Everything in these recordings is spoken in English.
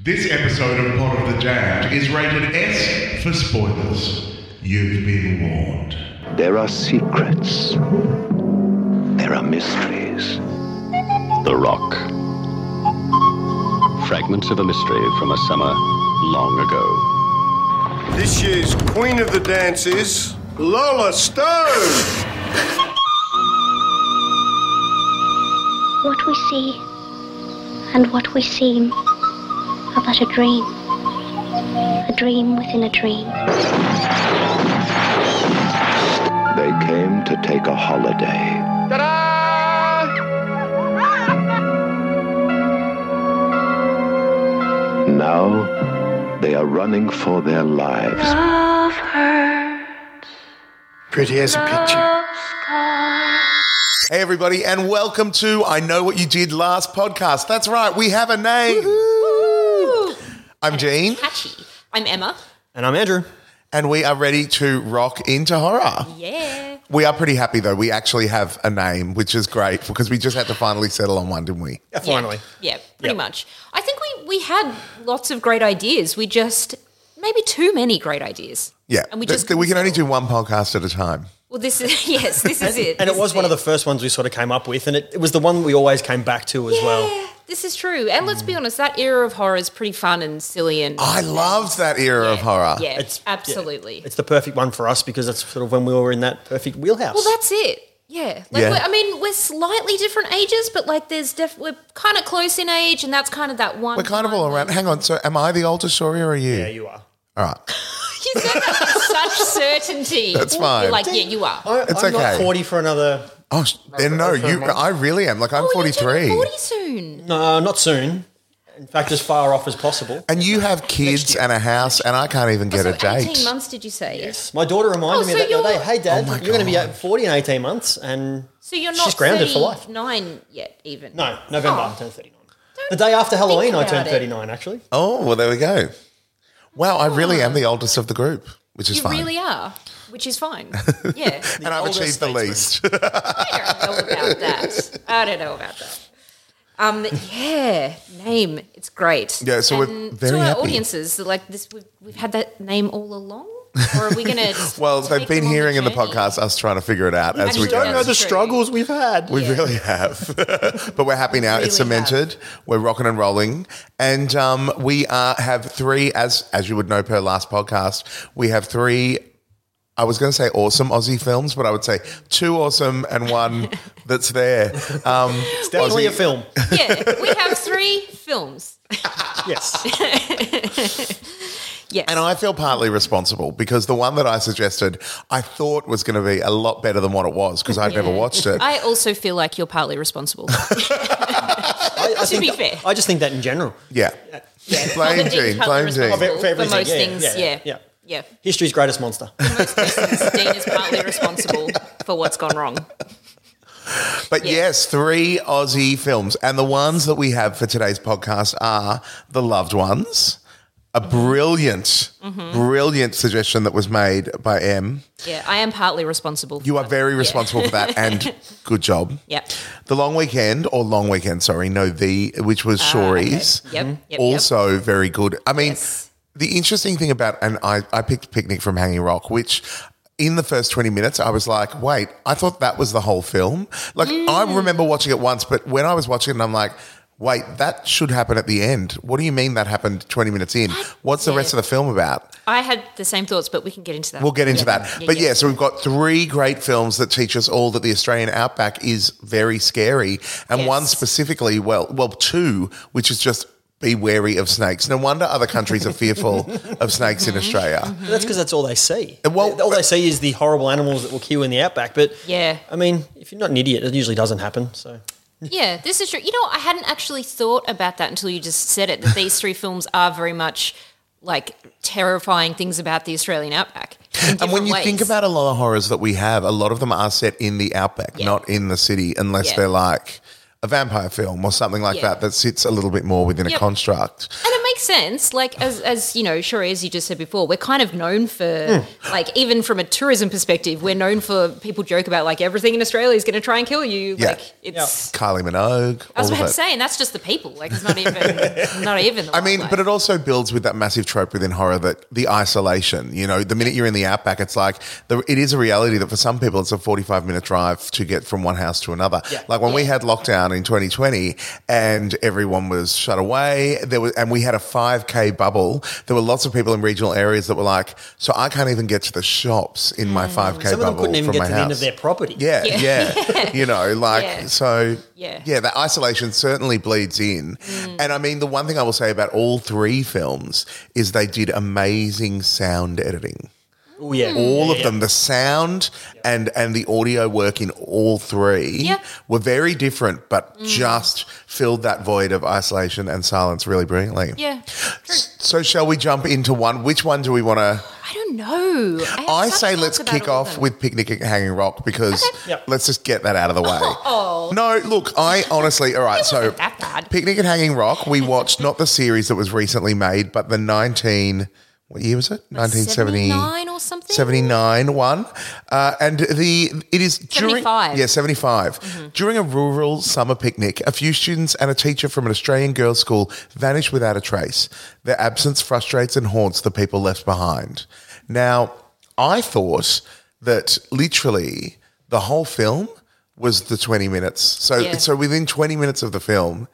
This episode of Pod of the Jammed is rated S for spoilers. You've been warned. There are secrets. There are mysteries. The Rock. Fragments of a mystery from a summer long ago. This year's queen of the dance is Lola Stone. What we see and what we seem are but a dream. A dream within a dream. They came to take a holiday. Now they are running for their lives. Pretty as a picture. Hey, everybody, and welcome to I Know What You Did Last podcast. That's right, we have a name. I'm Gene, Catchy. I'm Emma. And I'm Andrew. and we are ready to rock into horror. Yeah. We are pretty happy, though. We actually have a name, which is great because we just had to finally settle on one, didn't we? finally. Yeah, pretty much. I think we, we had lots of great ideas. We just, maybe too many great ideas. Yeah. And we Th- just, th- we can only do one podcast at a time. well, this is, yes, this is it. And This it was is one of the first ones we sort of came up with, and it, it was the one we always came back to as well. Yeah, this is true. And let's be honest, that era of horror is pretty fun and silly and. I loved that era of horror. Yeah, It's- absolutely. It's the perfect one for us because that's sort of when we were in that perfect wheelhouse. well, that's it. Yeah. Like, Yeah. We're, I mean, we're slightly different ages, but like, there's def- we're kind of close in age, and that's kind of that one. We're kind of all time- around. Um, Hang on. So, am I the older story or are you? yeah, you are. All right. You said that with such certainty. That's You're fine. like, yeah, you are. I, It's I'm not okay. 40 for another. Oh, sh- then no, you. I really am. Like, I'm Oh, you're turning 43. 40 soon. No, not soon. In fact, as far off as possible. And you have kids and a house, and I can't even get so a date. 18 months, did you say? Yes. My daughter reminded Oh, me so that the other you're- day, hey, Dad, Oh my you're going to be God. at 40 in 18 months. And So you're not She's grounded for life. 39 yet, even? no, November, Oh. I turned 39. The day after Halloween, I about turned it. 39, actually. Oh, well, there we go. Wow, I really am the oldest of the group, which is You fine. really are, which is fine. Yeah. and I've oldest achieved the statesman. least. I don't know about that. I don't know about that. Um, yeah, name. It's great. Yeah, so we're And very to happy. our audiences, like this, we've, we've had that name all along. Or are we going to? well, they've been hearing in the podcast us trying to figure it out as Actually, we go. don't know the- That's true. struggles we've had. We really have. but we're happy now. it's Really have. cemented. We're rocking and rolling. And um, we are, have three, as, as you would know per last podcast, we have three, I was going to say awesome Aussie films, but I would say two awesome and one that's there. Um, it's Definitely a film. Yeah, we have three films. Yes. Yes. And I feel partly responsible because the one that I suggested, I thought was going to be a lot better than what it was because I'd never watched it. I also feel like you're partly responsible. I, I To be think that- fair. I just think that in general. yeah. Blame Gene, blame responsible Gene. For- for for everything, most yeah, things. yeah, Yeah, Mm-hmm. yeah. yeah. History's greatest monster. Dean is partly responsible for what's gone wrong. But yes, three Aussie films. And the ones that we have for today's podcast are The Loved Ones, a brilliant, brilliant suggestion that was made by M. Yeah, I am partly responsible. For You are that. very responsible for that and good job. Yep. The Long Weekend, or Long Weekend, sorry, no, the, which was Shorey's. Yep. Yep. yep. Mm-hmm. also very good. I mean, Yes. the interesting thing about, and I, I picked Picnic from Hanging Rock, which in the first 20 minutes, I was like, wait, I thought that was the whole film. Like, Mm. I remember watching it once, but when I was watching it, I'm like, wait, that should happen at the end. What do you mean that happened 20 minutes in? What's the rest of the film about? I had the same thoughts, but we can get into that. We'll get into Yeah. that. but yeah, so we've got three great films that teach us all that the Australian outback is very scary, and Yes. one specifically, well, well, two, which is just be wary of snakes. No wonder other countries are fearful of snakes Mm-hmm. in Australia. But that's because that's all they see. Uh, well- all they see is the horrible animals that will kill in the outback. But Yeah. I mean, if you're not an idiot, it usually doesn't happen. So Yeah, this is true. You know, I hadn't actually thought about that until you just said it. That these three films are very much like terrifying things about the Australian outback. in And when different you ways. think about a lot of horrors that we have, a lot of them are set in the outback, Yeah. not in the city, unless Yeah. they're like a vampire film or something like Yeah. that that sits a little bit more within a Yep. construct. And it makes sense, like as as you know, sure as you just said before, we're kind of known for Hmm. like even from a tourism perspective, we're known for people joke about like everything in Australia is going to try and kill you. Yeah. Like it's. Kylie Minogue. I was all of about to that. say, and that's just the people. Like it's not even not even. The I mean, but it also builds with that massive trope within horror that the isolation. You know, the minute you're in the outback, it's like the, it is a reality that for some people it's a 45 minute drive to get from one house to another. Like when we had lockdown in 2020 and everyone was shut away, there was and we had a 5k bubble. There were lots of people in regional areas that were like, so I can't even get to the shops in my 5k Mm. Some of them bubble couldn't even from get my to the house. end of their property. Yeah, yeah. you know, like Yeah. so. Yeah. Mm. yeah. That isolation certainly bleeds in, and I mean, the one thing I will say about all three films is they did amazing sound editing. Oh, yeah. Mm. All of Yeah, them, the sound and and the audio work in all three Yeah. Mm. were very different, but just filled that void of isolation and silence really brilliantly. yeah, true. So, shall we jump into one? Which one do we want to? I don't know. have I such say thoughts let's about kick all of off them. with picnic at Hanging Rock because Yep. let's just get that out of the way. Oh, No, look, I honestly, all right, so wasn't that bad. Picnic at Hanging Rock, we watched not the series that was recently made, but the 19, what year was it? 79 or something. 79 one. Uh, and the it is during 75. yeah 75 Mm-hmm. during a rural summer picnic a few students and a teacher from an Australian girls school vanish without a trace their absence frustrates and haunts the people left behind now i thought that literally the whole film was the 20 minutes so Yeah. so within 20 minutes of the film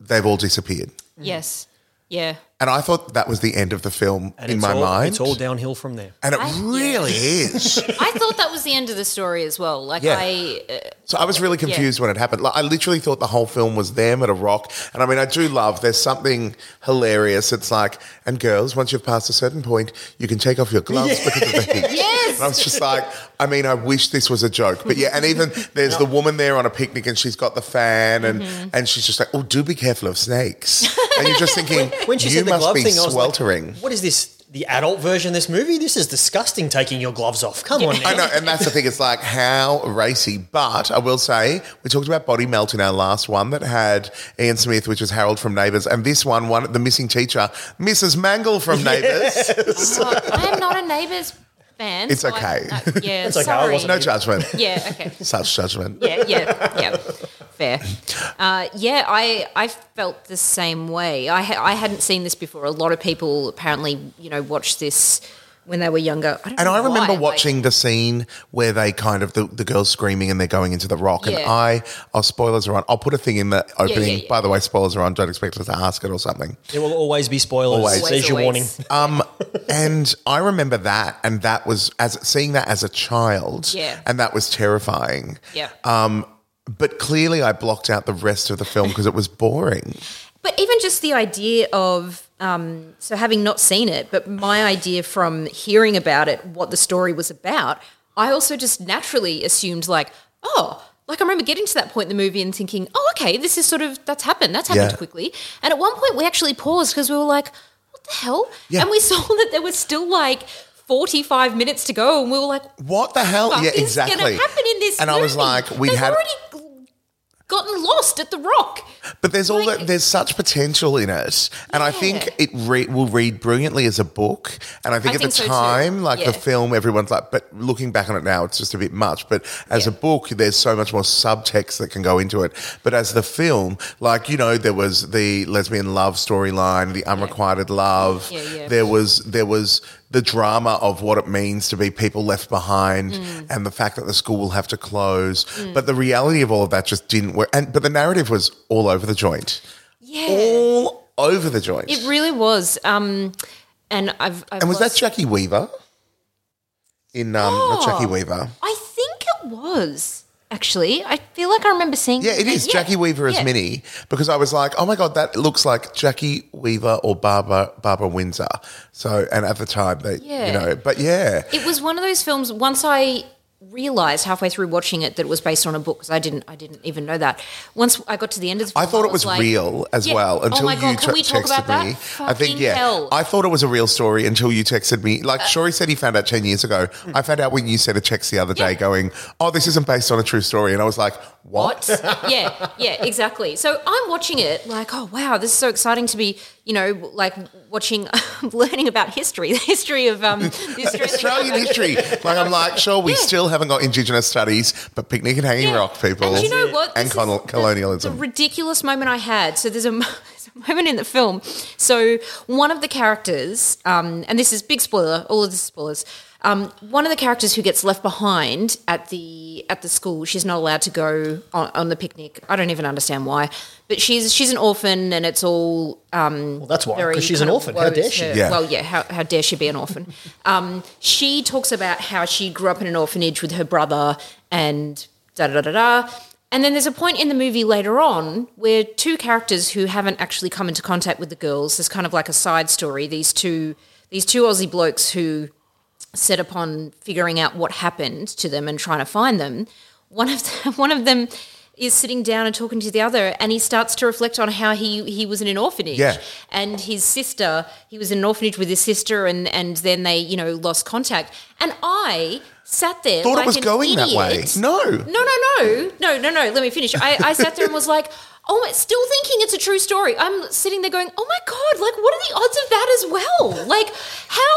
they've all disappeared Yes. Yeah. and i thought that was the end of the film And in it's my all- mind It's all downhill from there. and it I- really is I thought that was the end of the story as well. Like Yeah. I, uh, So I was really confused when it happened. Like, I literally thought the whole film was them at a rock. And I mean, I do love, there's something hilarious. It's like, and girls, once you've passed a certain point, you can take off your gloves because of the heat. Yes. And I was just like, I mean, I wish this was a joke. But yeah, and even there's the woman there on a picnic and she's got the fan and, Mm-hmm. and she's just like, oh, do be careful of snakes. And you're just thinking, When she you said the must glove be thing, I was sweltering. like, what is this? The adult version of this movie? This is disgusting taking your gloves off. Come on now. I know, and that's the thing. It's like how racy, but I will say we talked about body melt in our last one that had Ian Smith, which was Harold from Neighbours, and this one, one the missing teacher, Mrs. Mangle from Neighbours. I am not a neighbours fan. It's so I- okay. I- yeah. okay, I Sorry. wasn't No judgment, Yeah. Okay. such judgment. yeah, yeah, yeah. Fair. Uh, yeah, I I felt the same way. I ha- I hadn't seen this before. A lot of people apparently, you know, watched this when they were younger. I don't And know I remember why, like- watching the scene where they kind of the, the girls screaming and they're going into the rock. And Yeah. I, oh, spoilers are on. I'll put a thing in the opening. yeah. By the way, spoilers are on. Don't expect us to ask it or something. There will always be spoilers. Always. There's Always, your warning. always. Um, and I remember that, and that was as seeing that as a child, Yeah. and that was terrifying. Yeah. But clearly, I blocked out the rest of the film because it was boring. But even just the idea of um, so having not seen it, but my idea from hearing about it, what the story was about, I also just naturally assumed like, oh, like I remember getting to that point in the movie and thinking, oh, okay, this is sort of that's happened, that's happened Yeah. quickly. And at one point, we actually paused because we were like, what the hell? Yeah. And we saw that there was still like. 45 minutes to go and we were like What the hell? fuck Oh, yeah, is exactly. gonna happen in this and I was movie? like, we They've had, already gotten lost at the rock but there's all like- that. There's such potential in it, and I think Yeah. it re- will read brilliantly as a book. And I think I at think the so too. time, like Yeah. the film, everyone's like, but looking back on it now, it's just a bit much. But as Yeah. a book, there's so much more subtext that can go into it. But as the film, like you know, there was the lesbian love storyline, the unrequited love. Yeah, yeah. There was there was the drama of what it means to be people left behind, Mm. and the fact that the school will have to close. But the reality of all of that just didn't work. And but the narrative was all over the joint, yeah all over the joint. It really was. Um, and I've, I've and was that lost- Jackie Weaver? In um, not Jackie Oh. Weaver. I think it was actually. I feel like I remember seeing. Yeah, it is Jackie Weaver as yeah. Minnie because I was like, oh my god, that looks like Jackie Weaver or Barbara Barbara Windsor. So, and at the time, they, you Yeah. know, but yeah, It was one of those films. Once I realized halfway through watching it that it was based on a book because I didn't, I didn't even know that. Once I got to the end of the I film, thought it was like, real as yeah, well until oh my God, you can t- we talk texted about me. That? I think yeah, Hell. Uh, I thought it was a real story until you texted me. Like Shory said, he found out ten years ago. I found out when you sent a text the other day, Mm. Yeah. going, "Oh, this isn't based on a true story," and I was like, what? yeah, yeah, exactly. So I'm watching it like, oh wow, this is so exciting to be, you know, like watching, learning about history, the history of um, the history of- Australian history. Like I'm like, sure, we Yeah. still haven't got Indigenous studies, but picnic and hanging Yeah. rock people, And do you know what? and This col- is the- colonialism. The ridiculous moment I had. So there's a, mo- there's a moment in the film. So one of the characters, um, and this is big spoiler. All of this is spoilers. Um, one of the characters who gets left behind at the at the school, she's not allowed to go on, on the picnic. I don't even understand why, but she's she's an orphan, and it's all Well, that's why, very because she's an kind of orphan. How woes dare she? her- Yeah. Well, yeah. How, how dare she be an orphan? um, she talks about how she grew up in an orphanage with her brother and da da da da. da. And then there's a point in the movie later on where two characters who haven't actually come into contact with the girls. There's kind of like a side story. These two these two Aussie blokes who set upon figuring out what happened to them and trying to find them. One of them, one of them is sitting down and talking to the other, and he starts to reflect on how he he was in an orphanage, Yeah. and his sister, he was in an orphanage with his sister, and and then they you know lost contact, and I. Sat there, Thought it like was an going that idiot. way. No. no, no, no, no, no, no. Let me finish. I, I sat there and was like, "Oh, my, still thinking it's a true story." I'm sitting there going, "Oh my god! Like, what are the odds of that as well? Like, how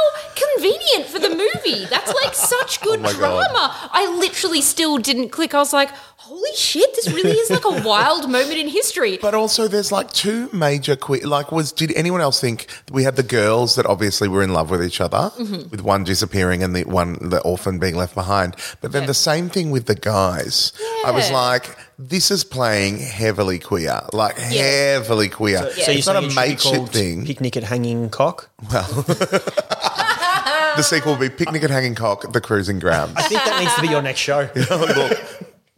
convenient for the movie. That's like such good Oh my God. drama." I literally still didn't click. I was like, "Holy shit! This really is like a wild moment in history." But also, there's like two major que- like was did anyone else think that we had the girls that obviously were in love with each other, with one disappearing and the one the orphan being left behind. But then the same thing with the guys. I was Yeah. like, this is playing heavily queer, like heavily queer. So you're it's not saying it a should be mateship called thing. Picnic at Hanging Cock. the sequel will be Picnic at Hanging Cock, The Cruising Grounds. I think that needs to be your next show. look.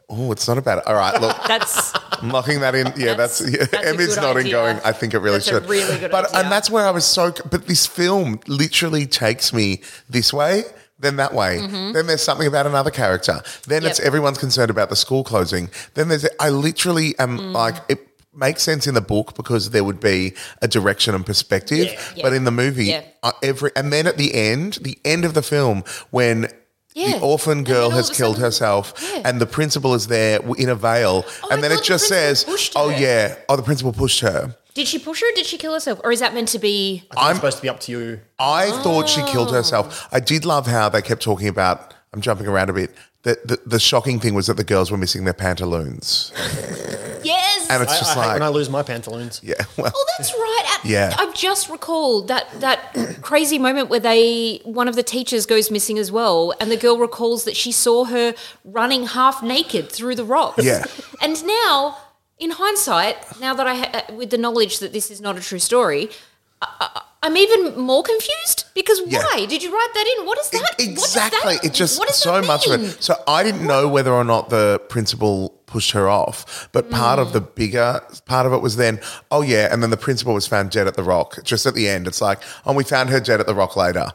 Oh, it's not about it. All right, look. That's I'm locking that in. Yeah, that's, That's- yeah. that's a Emmy's good nodding, idea. going. I think it really That's a should. really good but idea. and that's where I was so. But this film literally takes me this way, then that way. Then there's something about another character. Then it's Mm-hmm. Yep. everyone's concerned about the school closing. Then there's. I literally am Mm. like it. Makes sense in the book because there would be a direction and perspective, Yeah. but in the movie, Yeah. uh, every and then at the end, the end of the film when Yeah. the orphan And then girl all has of a killed sudden- herself Yeah. and the principal is there w- in a veil, Oh and my then God, it the just principal says, pushed "Oh her." yeah, oh the principal pushed her." did she push her? or Did she kill herself? Or is that meant to be? I'm supposed to be up to you. I thought she Oh. killed herself. I did love how they kept talking about. I'm jumping around a bit. The, the, the shocking thing was that the girls were missing their pantaloons, Yes. and it's I, just I hate like, when I lose my pantaloons. yeah, well, Oh, that's right. At- Yeah. I've just recalled that that crazy moment where they one of the teachers goes missing as well, and the girl recalls that she saw her running half naked through the rocks. Yeah. And now, in hindsight, now that I ha- uh, with the knowledge that this is not a true story. I- I- I'm even more confused because Yeah. why did you write that in? What is that? E- What does that- Exactly. It just what does so that much of mean? it. So I didn't know whether or not the principal pushed her off, but part of the Mm. bigger part of it was then, oh yeah, and then the principal was found dead at the rock. Just at the end, it's like, oh, we found her dead at the rock later.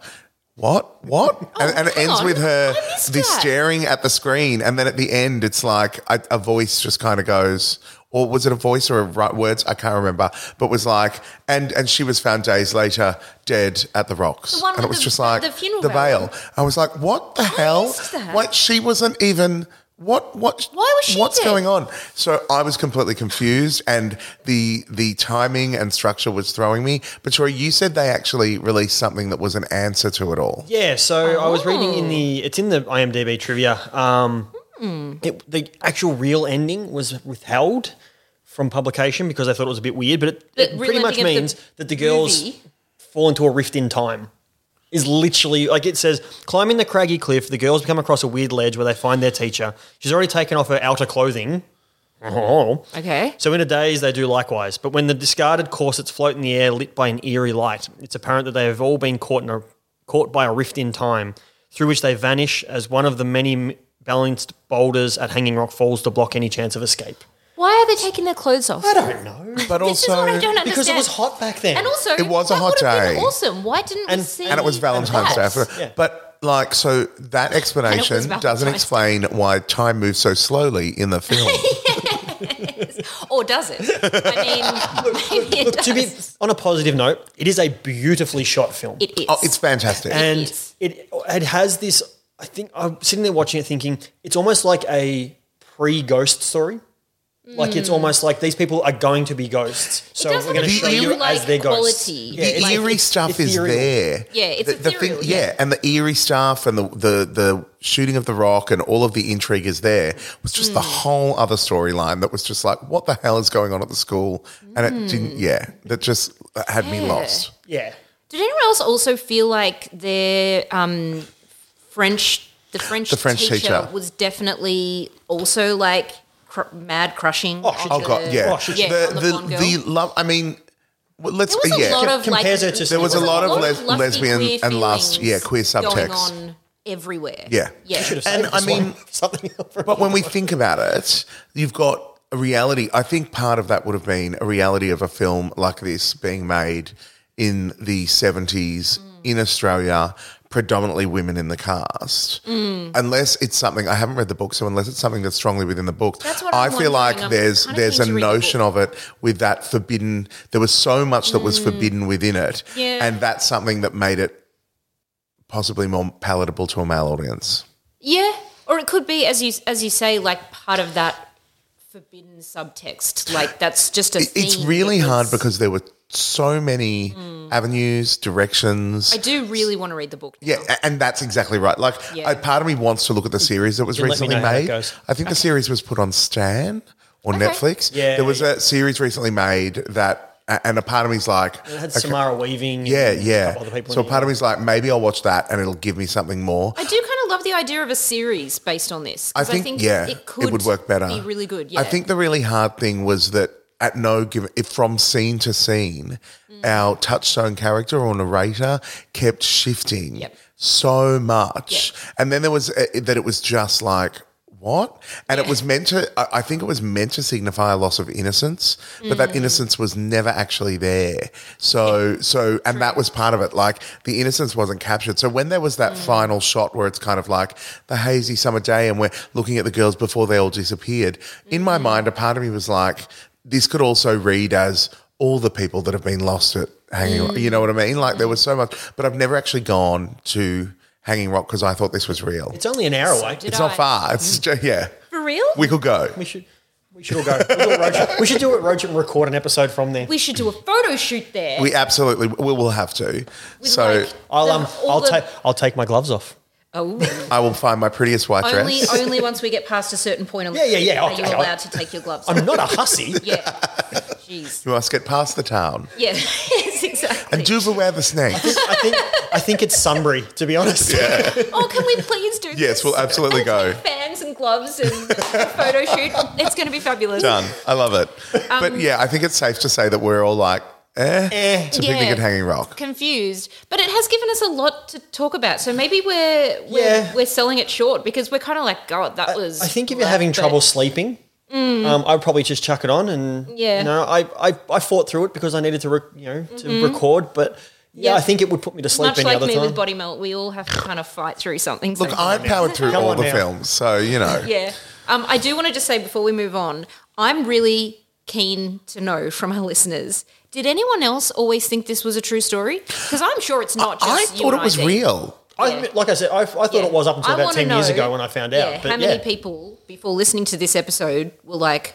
What? What? and, and it hang ends Oh, on. with her I missed this that. staring at the screen, and then at the end, it's like a, a voice just kind of goes. Or was it a voice or a right words? I can't remember, but was like, and and she was found days later dead at the rocks, The one and with it was the- just like the funeral the veil. veil. I was like, "What the hell? missed that. What? She wasn't even. What? What? Why was she What's dead? going on?" So I was completely confused, and the the timing and structure was throwing me. But Tori, you said they actually released something that was an answer to it all. Yeah, so I was reading in the it's in the IMDb trivia. Um, it, the actual real ending was withheld from publication because they thought it was a bit weird, but it, The it real pretty much ending of the means that the girls movie. fall into a rift in time. Is literally like it says, climbing the craggy cliff, the girls come across a weird ledge where they find their teacher. She's already taken off her outer clothing. Oh. Okay. So in a daze, they do likewise. But when the discarded corsets float in the air, lit by an eerie light, it's apparent that they have all been caught in a caught by a rift in time, through which they vanish as one of the many m- balanced boulders at Hanging Rock falls to block any chance of escape. Why are they taking their clothes off? don't know. But This is what also, I don't understand. Because it was hot back then. And also, It was a that hot would have day. Been awesome. Why didn't we And- see? and it was Valentine's Day. that? for- Yeah. But like, so that explanation Valentine's doesn't Day. explain why time moves so slowly in the film. Or does it? I mean, maybe it does. To be on a positive note, it is a beautifully shot film. it is. oh, it's fantastic. and Yes. it it has this. I think I'm sitting there watching it, thinking it's almost like a pre Ghost Story. Like Mm. it's almost like these people are going to be ghosts, so does we're have going a to show you dream-like as their ghosts. quality. Yeah, the it's- eerie it's stuff is ethereal. there. Yeah, it's the, the ethereal, yeah. yeah. and the eerie stuff and the, the the shooting of the rock and all of the intrigue is there. It was just the Hmm. whole other storyline that was just like, what the hell is going on at the school? And Hmm. it didn't. Yeah, that just had me lost. Yeah, Did anyone else also feel like their um, French, the French, The French teacher. was definitely also like cr- mad crushing? Oh, shit. Oh onto- god, yeah. Oh, shit. yeah, the on the blonde the, girl. the love. I mean, well, let's There was a yeah. lot of like, Compares her to There was a there lot of les- lusty lesbian queer and lust, feelings yeah, queer going subtext. on everywhere. Yeah. yeah. and I mean, something. else. But when we think about it, you've got a reality. I think part of that would have been a reality of a film like this being made in the 70s Mm. in Australia, predominantly women in the cast. Mm. Unless it's something, I haven't read the book, so unless it's something that's strongly within the book, That's what I I'm feel like wondering. I'm there's kinda there's keen a to read the notion of it with that forbidden, there was so much that was forbidden within it. Mm. Yeah. And that's something that made it possibly more palatable to a male audience. Yeah, or it could be as you as you say, like part of that forbidden subtext. Like that's just a. It- it's theme. really It was- hard because there were so many avenues, directions. Hmm. I do really want to read the book. Now. yeah, a- and that's exactly right. Like, Yeah. a part of me wants to look at the series that was You let me recently know how that made. I goes. think the series was put on Stan or Netflix. Yeah, there was yeah. a series recently made that, a- and a part of me's like, It had okay, Samara Weaving. and yeah, a couple other yeah. people So in it. part of me's like, maybe I'll watch that, and it'll give me something more. I do kind of love the idea of a series based on this. 'cause I think, yeah, it could would work better. Be really good. Yeah, I think the really hard thing was that at no given, if from scene to scene, Mm. our touchstone character or narrator kept shifting Yep. so much, and then there was uh, that it was just like. What? And it was meant to, I I think it was meant to signify a loss of innocence, but that innocence was never actually there. So, so, and that was part of it. Like the innocence wasn't captured. So when there was that final shot where it's kind of like the hazy summer day and we're looking at the girls before they all disappeared, in my mind, a part of me was like, this could also read as all the people that have been lost at Hanging Rock. You know what I mean? Like there was so much, but I've never actually gone to Hanging Rock because I thought this was real. It's, it's only an hour away. did not I. far. Mm-hmm. It's ju- yeah. for real. We could go. We should we should all go. We'll do a road trip. We should do it road trip and record an episode from there. We should do a photo shoot there. We absolutely we will have to. with, so like, I'll the- um all I'll the- take I'll take my gloves off. Oh, I will find my prettiest white dress. only only once we get past a certain point. Yeah, yeah, yeah. Are I'll- you I'll- allowed to take your gloves? I'm off? not a hussy. Yeah. Jeez. You must get past the town. Yeah. yes, exactly. And do beware the snake. I think I think it's Sunbury, to be honest. Oh, can we please do? yes, this? we'll absolutely go. fans and gloves and a photo shoot. It's going to be fabulous. Done. I love it. Um, but yeah, I think it's safe to say that we're all like, eh, to Yeah. picnic at Hanging Rock. Confused, but it has given us a lot to talk about. So maybe we're we're, Yeah. we're selling it short because we're kind of like, God, that was. I think if you're rough, having but- trouble sleeping, um, I'd probably just chuck it on and Mm. Yeah. You know, I, I I fought through it because I needed to re- you know to record, but yeah, Mm-hmm. Yeah. I think it would put me to sleep much any like other me time. with body melt, we all have to kind of fight through something. Look, I sometimes. powered through Come all on the now. films, so you know. Yeah. Um, I do want to just say before we move on, I'm really keen to know from our listeners. Did anyone else always think this was a true story? Because I'm sure it's not. Just I you thought and it was think. real. I, like I said, I, I thought Yeah. it was up until I about wanna ten years know, ago when I found out. yeah, but how many yeah. people before listening to this episode were like,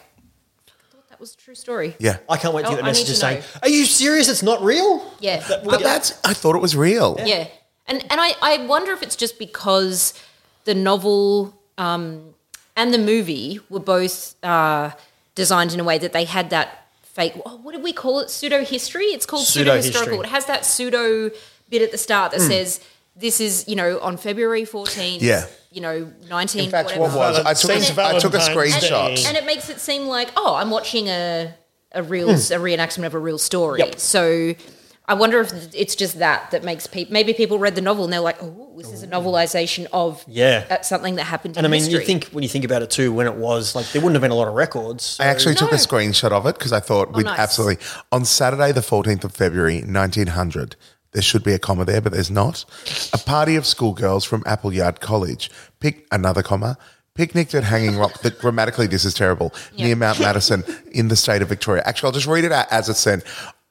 I thought that was a true story. Yeah. I can't wait to Oh, get the I need messages to saying, know. "Are you serious? It's not real." Yeah. That- But that's, I thought it was real. Yeah. And and I, I wonder if it's just because the novel um, and the movie were both uh, designed in a way that they had that fake oh, what did we call it? Pseudo history? It's called pseudo Pseudo-history. historical. It has that pseudo bit at the start that says this is, you know, on February fourteenth, Yeah. you know, nineteen In fact, whatever. what was I took, Saint a, I took a Valentine's screenshot. Day. and it makes it seem like oh i'm watching a a real a reenactment of a real story Hmm. Yep. so i wonder if it's just that that makes people maybe people read the novel and they're like oh this is a novelization of Yeah. uh, something that happened And I in mean, history." you think when you think about it too, when it was like there wouldn't have been a lot of records. I actually took a No. screenshot of it because I thought we'd nice. absolutely. On Saturday, the 14th of February, 1900, there should be a comma there, but there's not. A party of schoolgirls from Appleyard College pick another comma. Picnicked at Hanging Rock. The, grammatically, this is terrible. Near Mount Madison in the state of Victoria. Actually, I'll just read it out as it's sent.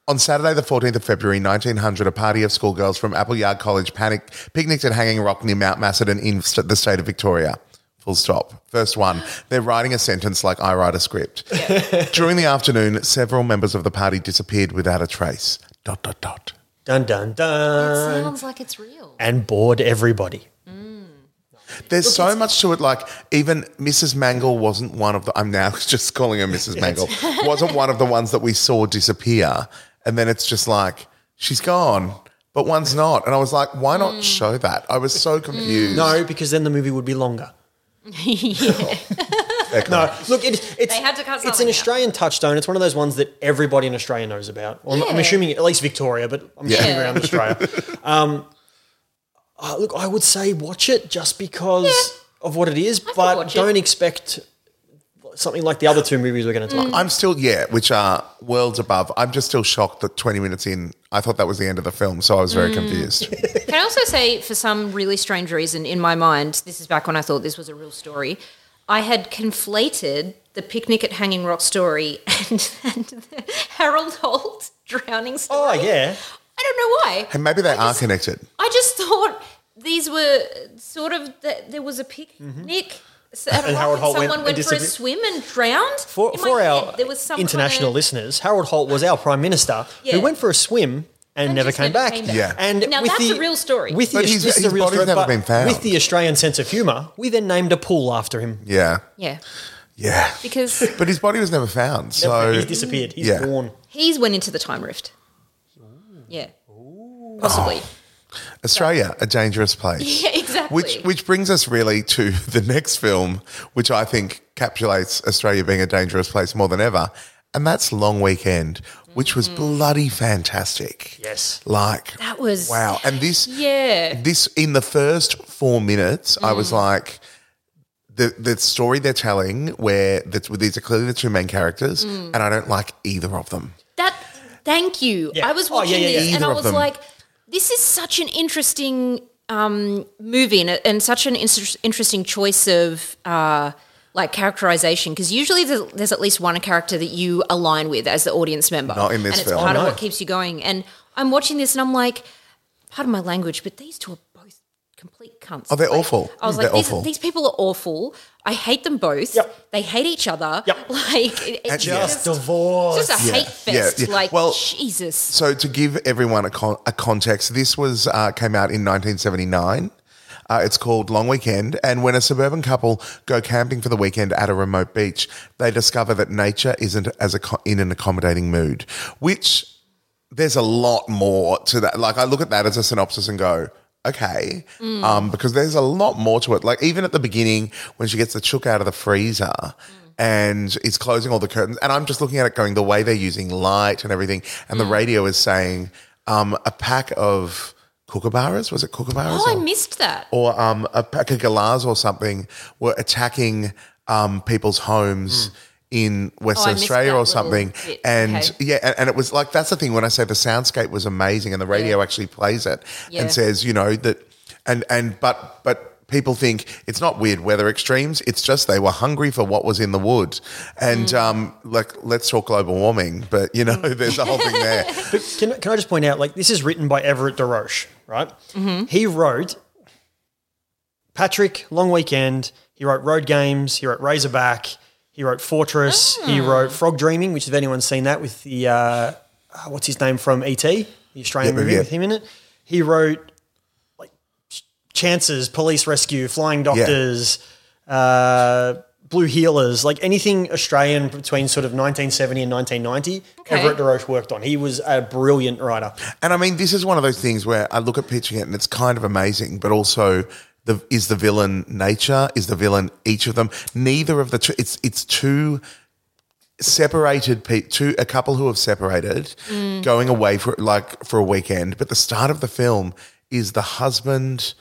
On Saturday, the 14th of February, 1900, a party of schoolgirls from Appleyard College panic, picnicked at Hanging Rock near Mount Macedon in st- the state of Victoria. Full stop. First one, they're writing a sentence like I write a script. During the afternoon, several members of the party disappeared without a trace. Dot, dot, dot. Dun dun It dun. sounds like it's real. And bored everybody. There's so much to it. Like even Mrs. Mangle wasn't one of the. I'm now just calling her Mrs. Mangle. wasn't one of the ones that we saw disappear, and then it's just like she's gone, but one's not. And I was like, why not show that? I was so confused. No, because then the movie would be longer. No, look, it, it's They had to cut it's something an out. Australian touchstone. It's one of those ones that everybody in Australia knows about. Well, I'm- I'm Yeah. assuming at least Victoria, but I'm assuming Yeah. around Australia. um, uh, look, I would say watch it just because of what it is, could but watch it. don't expect something like the other two movies we're going to talk. Mm. about. I'm still yeah, which are worlds above. I'm just still shocked that 20 minutes in, I thought that was the end of the film, so I was very confused. Can I also say, for some really strange reason in my mind, this is back when I thought this was a real story, I had conflated the picnic at Hanging Rock story and, and the Harold Holt drowning story. Oh yeah, I don't know why. and maybe they are connected. I just thought these were sort of that there was a picnic. so- I don't Mm-hmm. And know, Howard Holt someone went went, and for a disappeared. swim and drowned. for, In my for head, our there was some international kind of- listeners, Harold Holt was our prime minister Yeah. who went for a swim. And, And never just came never back. came back. Yeah. And Now with that's the, a real story. With the, But his- this is his a real body's story, never but been found. With the Australian sense of humour, we then named a pool after him. Yeah. Yeah, Yeah. because But his body was never found. So he's disappeared. He's yeah. gone. he's went into the time rift. Yeah, possibly. Australia, a dangerous place. Yeah, exactly. Which which brings us really to the next film, which I think encapsulates Australia being a dangerous place more than ever, and that's Long Weekend, which was bloody fantastic. Yes. Like That was- wow. And this Yeah. this in the first four minutes, I was like. The, the story they're telling, where the, these are clearly the two main characters, and I don't like either of them. That. Thank you. Yeah. I was Oh, yeah, watching yeah, this, yeah. and Either I of was them. like, "This is such an interesting um, movie, and, and such an inter- interesting choice of uh, like characterization." Because usually there's, there's at least one character that you align with as the audience member, Not in this and it's film. part Oh, of no. what keeps you going. And I'm watching this, and I'm like, "Pardon my language, but these two are both complete cunts." Oh, they're Like, awful. I was They're like, these, awful. "These people are awful. I hate them both. Yep. They hate each other. Yep. Like, it, it's just- Just divorce. it's just a Yeah, hate fest. yeah, yeah. Like, Well- Jesus. So to give everyone a, con- a context, this was uh, came out in 1979. Uh, it's called Long Weekend, and when a suburban couple go camping for the weekend at a remote beach, they discover that nature isn't as acco- in an accommodating mood. Which there's a lot more to that. Like I look at that as a synopsis and go, okay, Mm. um, because there's a lot more to it. Like even at the beginning when she gets the chook out of the freezer. Mm. And it's closing all the curtains. And I'm just looking at it going, the way they're using light and everything. And Mm. the radio is saying um, a pack of kookaburras. Was it kookaburras? Oh, I or- missed that. or um, a pack of galahs or something were attacking um, people's homes in Western Hmm. Oh, I missed Australia that or little something. bit. And Okay. yeah, and, and it was like that's the thing when I say the soundscape was amazing and the radio actually plays it Yeah. and says, you know, that and and but but people think it's not weird weather extremes it's just they were hungry for what was in the wood and Hmm. um like let's talk global warming but you know there's a whole thing there But can, can I just point out, like, this is written by Everett de Roche, right? He wrote Patrick, Long Weekend. He wrote Road Games. He wrote Razorback. He wrote Fortress. He wrote Frog Dreaming, which if anyone's seen that with the, uh, uh, what's his name from E.T., the Australian Yeah, movie yeah. with him in it. He wrote, like, Chances, Police Rescue, Flying Doctors, uh, Blue Healers, like anything Australian between sort of 1970 and 1990, Okay. Everett de Roche worked on. He was a brilliant writer. And I mean, this is one of those things where I look at pitching it and it's kind of amazing, but also the is the villain nature? Is the villain each of them? Neither of the two. It's it's two separated pe- two a couple who have separated, going away for like for a weekend. But the start of the film is the husband.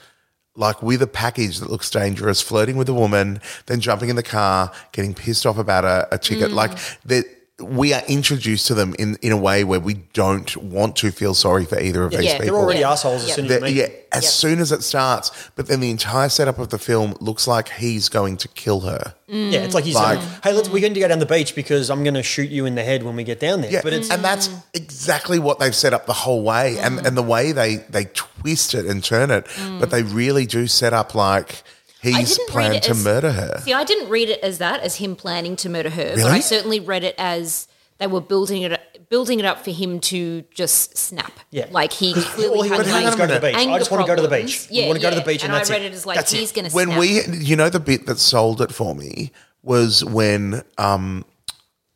Like with a package that looks dangerous, flirting with a woman, then jumping in the car, getting pissed off about a, a ticket. Like that, we are introduced to them in, in a way where we don't want to feel sorry for either of these Yeah, people. they're They're already Yeah. assholes as Yeah. soon as That- you meet yeah, them. as soon as it starts, but then the entire setup of the film looks like he's going to kill her. Yeah, it's like he's Like- like, hey, let's, we're going to go down the beach because I'm going to shoot you in the head when we get down there. Yeah, But it's and that's Mm. exactly what they've set up the whole way, and and the way they they twist it and turn it, but they really do set up like Mm. I he's didn't read planned it to as- murder her. See, I didn't read it as that, as him planning to murder her. But Really? I certainly read it as they were building it, building it up for him to just snap. Yeah. like he clearly All he had wants to do like, is go to the beach. I anger just want to go to the problems. beach. Yeah, I want to go to yeah. the beach, and, and that's I read it. it as like That's it. he's going to when snap. we you know the bit that sold it for me was when um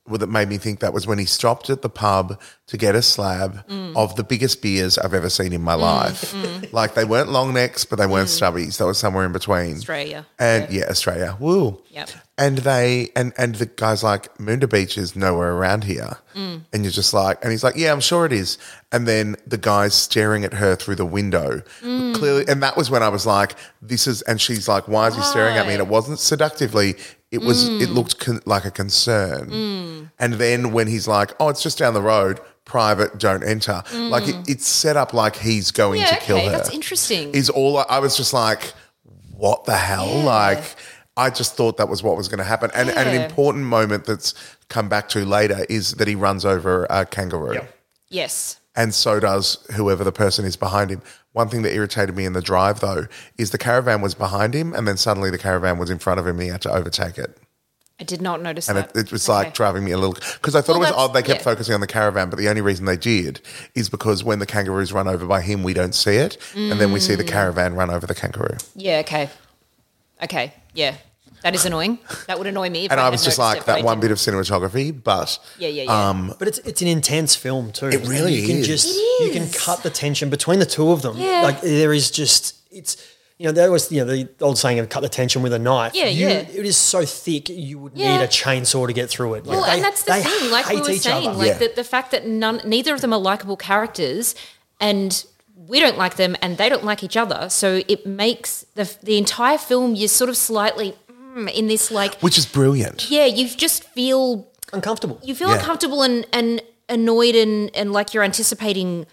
well, that made me think that was when he stopped at the pub to get a slab Mm. of the biggest beers I've ever seen in my life. Like they weren't long necks, but they weren't stubbies. They were somewhere in between. Mm. Australia. And yeah, Australia. Woo. Yep. And they and and the guy's like, Moonda Beach is nowhere around here. Mm. And you're just like, and he's like, Yeah, I'm sure it is. And then the guy's staring at her through the window. Mm. Clearly and that was when I was like, This is and she's like, Why is he staring at me? And it wasn't seductively. It was Mm. it looked con- like a concern. And then when he's like, Oh, it's just down the road. Private, don't enter. Like it, it's set up like he's going Mm. yeah, to kill okay, her that's interesting. is all I, I was just like, what the hell? Like, I just thought that was what was going to happen. And, and an Yeah. important moment that's come back to later is that he runs over a kangaroo. yes, And so does whoever the person is behind him. One thing that irritated me in the drive, though, is the caravan was behind him, and then suddenly the caravan was in front of him, and he had to overtake it. I did not notice And it, that. it was Okay. like driving me a little because I thought Well, it was that's- odd they kept yeah. focusing on the caravan, but the only reason they did is because when the kangaroo's run over by him, we don't see it, and then we see the Mm. caravan run over the kangaroo. yeah, okay, okay, yeah. That is annoying. That would annoy me. If and I had was just noticed like it, but I that one um, didn't. bit of cinematography, but Yeah, yeah, yeah. But it's it's an intense film too. It really you can is. just It you can is. cut the tension between the two of them. Yeah. Like there is just it's you know there was you know the old saying of cut the tension with a knife. Yeah, You- yeah. It is so thick you would Yeah. need a chainsaw to get through it. Like, Well, they- and that's the they thing, like we hate were each saying, other. like Yeah. the, the fact that none, neither of them are likable characters, and we don't like them, and they don't like each other. So it makes the the entire film you're sort of slightly mm, in this like, which is brilliant. yeah, you just feel uncomfortable. you feel Yeah. uncomfortable and and annoyed and and like you're anticipating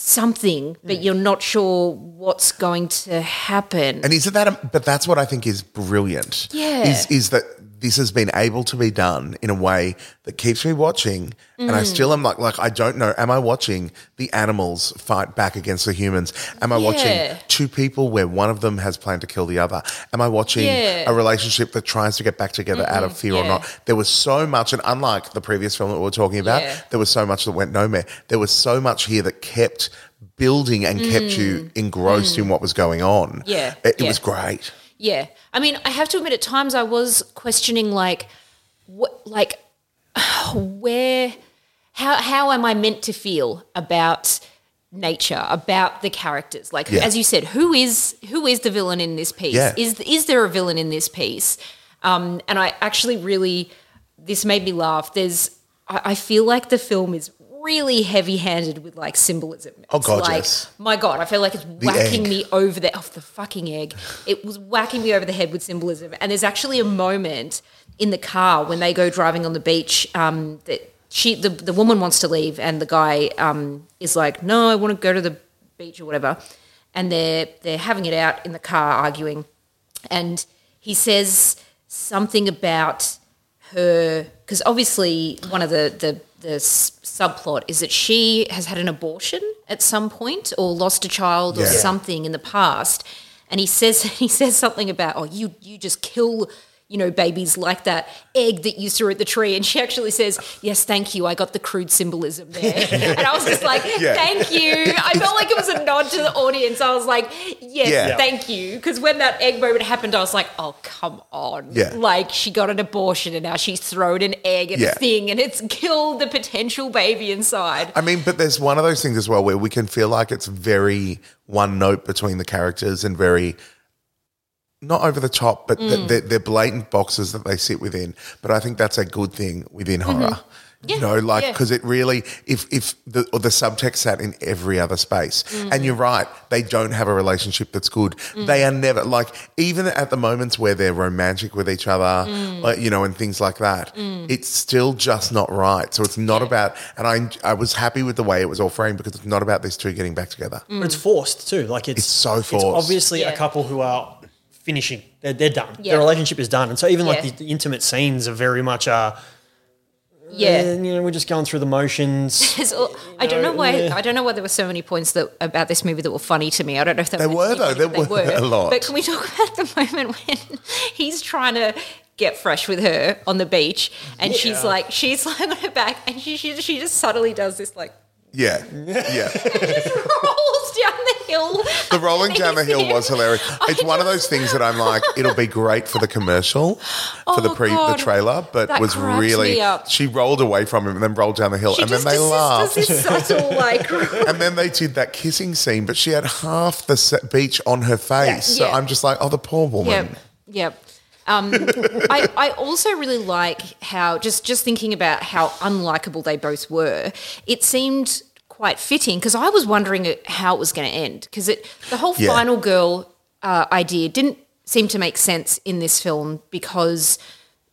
something, but you're not sure what's going to happen. Mm. And isn't that? a- but that's what I think is brilliant. Yeah. is is that this has been able to be done in a way that keeps me watching, and Mm. I still am like, like I don't know. Am I watching the animals fight back against the humans? Am I Yeah. watching two people where one of them has planned to kill the other? Am I watching Yeah. a relationship that tries to get back together out of fear or yeah. not? There was so much, and unlike the previous film that we were talking about, Yeah. there was so much that went nowhere. There was so much here that kept building and kept Mm. you engrossed in what was going on. Yeah, It, it yeah. was great. Yeah. I mean, I have to admit, at times I was questioning, like, what, like, where, how, how am I meant to feel about nature, about the characters? Like, Yeah. as you said, who is who is the villain in this piece? Yeah. Is is there a villain in this piece? Um, and I actually really, this made me laugh. There's, I, I feel like the film is really heavy-handed with like symbolism. Oh, It's God, like, yes. my God, I feel like it's whacking egg. me over the off the fucking egg. It was whacking me over the head with symbolism. And there's actually a moment in the car when they go driving on the beach um, that she the, the woman wants to leave and the guy um, is like, no, I want to go to the beach or whatever. And they're they're having it out in the car arguing, and he says something about her because obviously one of the the the s- subplot is that she has had an abortion at some point or lost a child or Yeah. something in the past and he says he says something about oh you you just kill you know babies like that egg that you threw at the tree and she actually says yes thank you i got the crude symbolism there and i was just like Yeah. thank you i felt like it was a nod to the audience i was like yes Yeah. thank you because when that egg moment happened i was like oh come on Yeah. like she got an abortion and now she's thrown an egg at Yeah. a thing and it's killed the potential baby inside. I mean, but there's one of those things as well where we can feel like it's very one note between the characters and very not over the top, but Mm. th- they're, they're blatant boxes that they sit within. But I think that's a good thing within horror. you know, like Mm-hmm. yeah. because it really, if if the or the subtext sat in every other space, Mm. and you're right, they don't have a relationship that's good. They are never like even at the moments where they're romantic with each other, Mm. like, you know, and things like that. It's still just not right. So it's not about. And I I was happy with the way it was all framed because it's not about these two getting back together. Mm. But it's forced too. Like it's, It's so forced. obviously Yeah. a couple who are finishing. They're, they're done. Yeah. Their relationship is done. And so even like Yeah. the, the intimate scenes are very much uh yeah. And, you know, we're just going through the motions. 'Cause all- I don't know why. I don't know why there were so many points that about this movie that were funny to me. I don't know if they They were, though. There were a lot. But can we talk about the moment when he's trying to get fresh with her on the beach, and she's like, she's lying on her back, and she she, she just subtly does this like Yeah. Yeah. rolls down the hill. The rolling down the hill was hilarious. I It's one of those just- things that I'm like, it'll be great for the commercial, for the Oh, pre God. the trailer, but That was cracks really me up. she rolled away from him and then rolled down the hill She and then just they does laughed. This, does this subtle like. And then they did that kissing scene, but she had half the se- beach on her face. So Yeah. I'm just like, oh, the poor woman. Yep. Yep. Um, I, I also really like how just just thinking about how unlikable they both were, it seemed quite fitting because I was wondering uh, how it was going to end because it the whole Yeah. final girl uh, idea didn't seem to make sense in this film because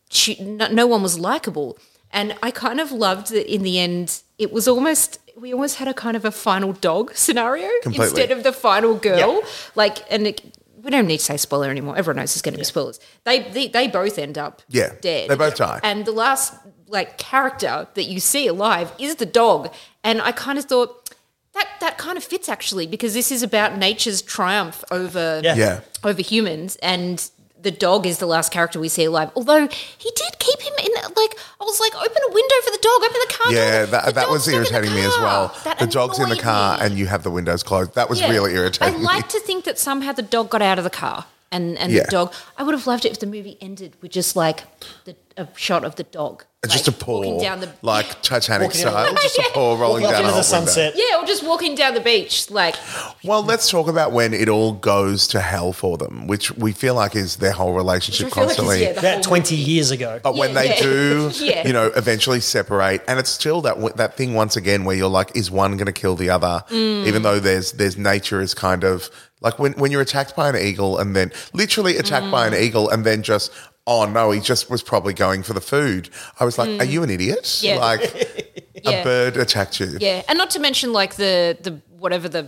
she, no, no one was likable. And I kind of loved that in the end, it was almost, we almost had a kind of a final dog scenario Completely. instead of the final girl. Like, and it, we don't need to say spoiler anymore. Everyone knows there's going to be spoilers. They, they they both end up Yeah. dead. They both die. And the last like character that you see alive is the dog. And I kind of thought that that kind of fits actually because this is about nature's triumph over Yeah. Yeah. over humans and the dog is the last character we see alive. Although he did keep him in, like I was like, open a window for the dog, open the car. Yeah, door. Oh, The that, that dog's was stuck in the irritating me as car. well. That the dog's in the annoyed car me. and you have the windows closed. That was Yeah. really irritating. I like to think that somehow the dog got out of the car and, and Yeah. the dog. I would have loved it if the movie ended with just like the, a shot of the dog. just like, a paw, walking down the like Titanic Walking down- style, just a paw rolling Walking down into a the hot window. sunset. Yeah, or just walking down the beach. Like, Well, let's talk about when it all goes to hell for them, which we feel like is their whole relationship I feel like constantly. it's, yeah, the About whole- 20 years ago. But when Yeah, they yeah. do, Yeah. you know, eventually separate, and it's still that w- that thing once again where you're like, is one going to kill the other? Mm. Even though there's there's nature is kind of like when when you're attacked by an eagle and then literally attacked by Mm. an eagle and then just. Oh no, he just was probably going for the food. I was like, "Are you an idiot? Mm. Yeah. Like a Yeah. bird attacked you." Yeah, and not to mention like the the whatever the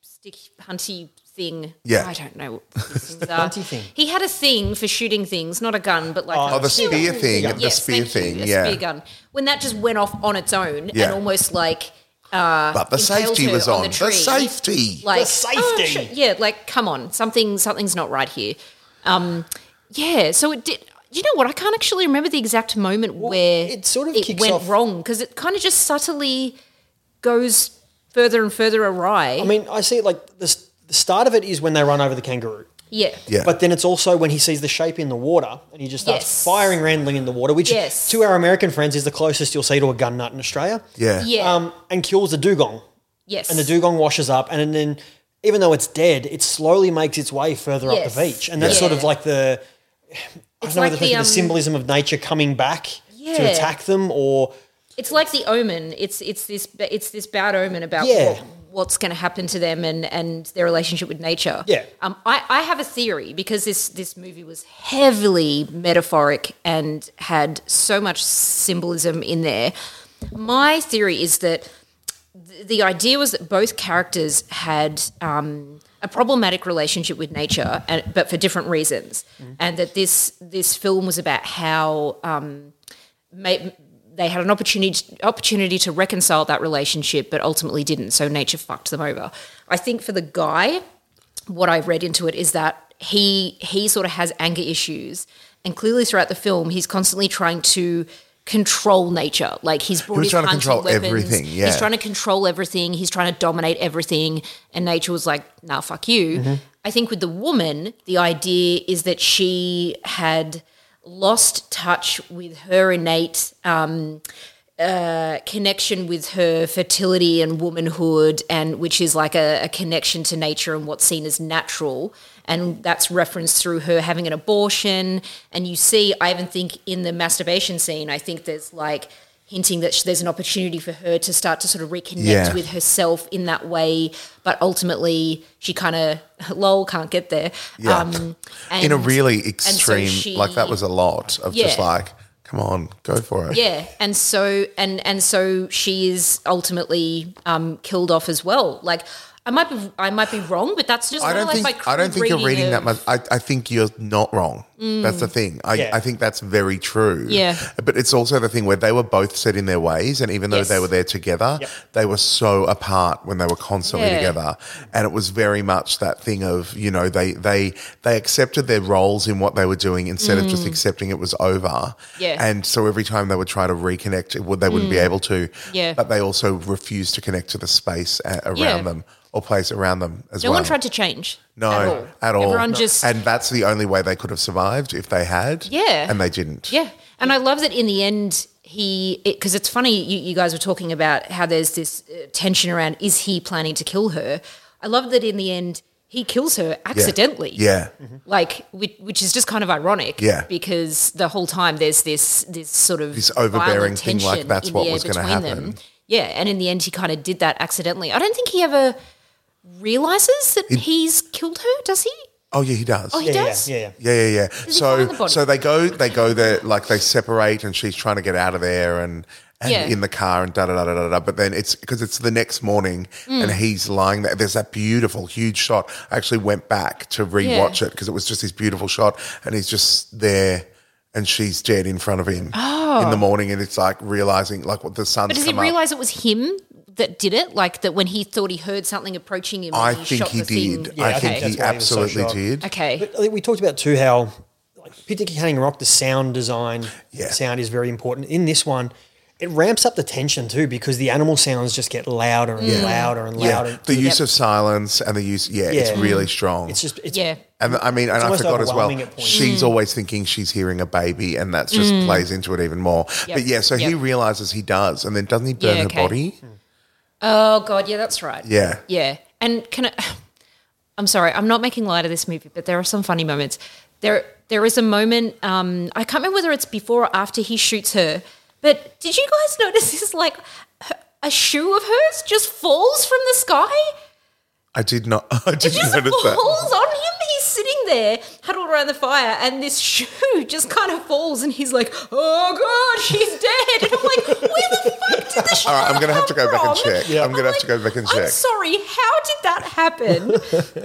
stick hunty thing. Yeah. I don't know. What these things are. Hunty thing. He had a thing for shooting things, not a gun, but like Oh, the shield. spear thing, the Yes, spear thank you, thing, a yeah. spear gun. When that just went off on its own Yeah. and almost like but the impaled safety her was on on. the The, tree. safety. like safety. oh, shit, yeah, like come on, something something's not right here. Um, yeah, so it did. You know what? I can't actually remember the exact moment where it sort of it kicks went off- wrong because it kind of just subtly goes further and further awry. I mean, I see it like the, s- the start of it is when they run over the kangaroo. yeah, yeah. But then it's also when he sees the shape in the water and he just starts Yes. firing randomly in the water, which Yes. to our American friends is the closest you'll see to a gun nut in Australia. yeah. yeah, Um, and kills the dugong. yes, And the dugong washes up and then even though it's dead, it slowly makes its way further up Yes. the beach. And that's sort of Yeah. like the I don't know like whether the, the, the um, symbolism of nature coming back Yeah. to attack them or It's like the omen. It's it's this it's this bad omen about Yeah. what, what's going to happen to them and and their relationship with nature. Yeah. Um, I I have a theory because this this movie was heavily metaphoric and had so much symbolism in there. My theory is that th- the idea was that both characters had um, a problematic relationship with nature, and, but for different reasons, Mm. and that this this film was about how um, ma- they had an opportunity opportunity to reconcile that relationship, but ultimately didn't. So nature fucked them over. I think for the guy, what I read into it is that he he sort of has anger issues, and clearly throughout the film, he's constantly trying to control nature. Like he's brought was his trying to hunting control weapons. everything, yeah. He's trying to control everything. He's trying to dominate everything, and nature was like, "Nah, fuck you." Mm-hmm. I think with the woman, the idea is that she had lost touch with her innate um, uh, connection with her fertility and womanhood, and which is like a, a connection to nature and what's seen as natural. And that's referenced through her having an abortion. And you see, I even think in the masturbation scene, I think there's like hinting that sh- there's an opportunity for her to start to sort of reconnect Yeah. with herself in that way. But ultimately, she kind of, lol, can't get there. Um, Yeah. and, in a really so extreme she- like that was a lot of just Yeah. like come on go for it Yeah, and so and and so she is ultimately um, killed off as well. Like I might be I might be wrong, but that's just I kind of don't like think my I don't crude think you're reading that of- much. I, I think you're not wrong. That's the thing. I, Yeah. I think that's very true. Mm. Yeah. But it's also the thing where they were both set in their ways, and even though Yes. they were there together, Yep. they were so apart when they were constantly Yeah. together. And it was very much that thing of you know they they they accepted their roles in what they were doing instead of just accepting it was over. Mm. Yeah. Mm. And so every time they would try to reconnect, it would they wouldn't be able to. Yeah. But they also refused to connect to the space a- around Yeah. them. Or place around them as No well. one tried to change. No, at all. Everyone just and that's the only way they could have survived if they had. Yeah. and they didn't. Yeah. And I love that in the end, he, because it's funny, you, you guys were talking about how there's this uh, tension around is he planning to kill her? I love that in the end, he kills her accidentally. yeah, Like, which, which is just kind of ironic. Yeah. Because the whole time there's this, this sort of This overbearing violent thing, tension like, that's in what the air was gonna between happen. Yeah. And in the end, he kind of did that accidentally. I don't think he ever realizes that he's killed her, does he? Oh yeah, he does. Oh, he yeah. Yeah, does? yeah, yeah. yeah, yeah, yeah. he find the So, body? so they go, they go there, like they separate, and she's trying to get out of there, and, and Yeah. in the car, and da da da da da. da. But then it's because it's the next morning, Mm. and he's lying there. There's that beautiful, huge shot. I actually went back to rewatch it because it was just this beautiful shot, and he's just there. And she's dead in front of him in the morning, and it's like realizing, like, what the sun's. Oh. But does he come up. realize it was him that did it? Like that when he thought he heard something approaching him, I and think shot he the thing? did. Yeah, I I think think that's he why he was so absolutely shocked. did. Okay. But I think we talked about too how, like, particularly Hanging Rock, the sound design, Yeah. sound is very important. In this one, it ramps up the tension too because the animal sounds just get louder and Mm. louder and Yeah, louder. the use of silence and the use, yeah, it's Yeah. really strong. It's just it's Yeah. and I mean, and I almost forgot as well. overwhelming at points. She's always thinking she's hearing a baby, and that just plays into it even more. Yep. But yeah, so he Yep. realizes he does, and then doesn't he burn Yeah, her okay. body? Oh god, yeah, that's right. Yeah, Yeah. And can I I'm sorry, I'm not making light of this movie, but there are some funny moments. There there is a moment, um, I can't remember whether it's before or after he shoots her, but did you guys notice this like her- a shoe of hers just falls from the sky? I did not. I It did just notice falls that. on him. He's sitting there, huddled around the fire, and this shoe just kind of falls, and he's like, "Oh God, she's dead!" And I'm like, "Where the fuck did the shoe?" All right, I'm gonna have to come go back and from?" check. Yeah. I'm gonna have to like, go back and I'm check. sorry, how did that happen?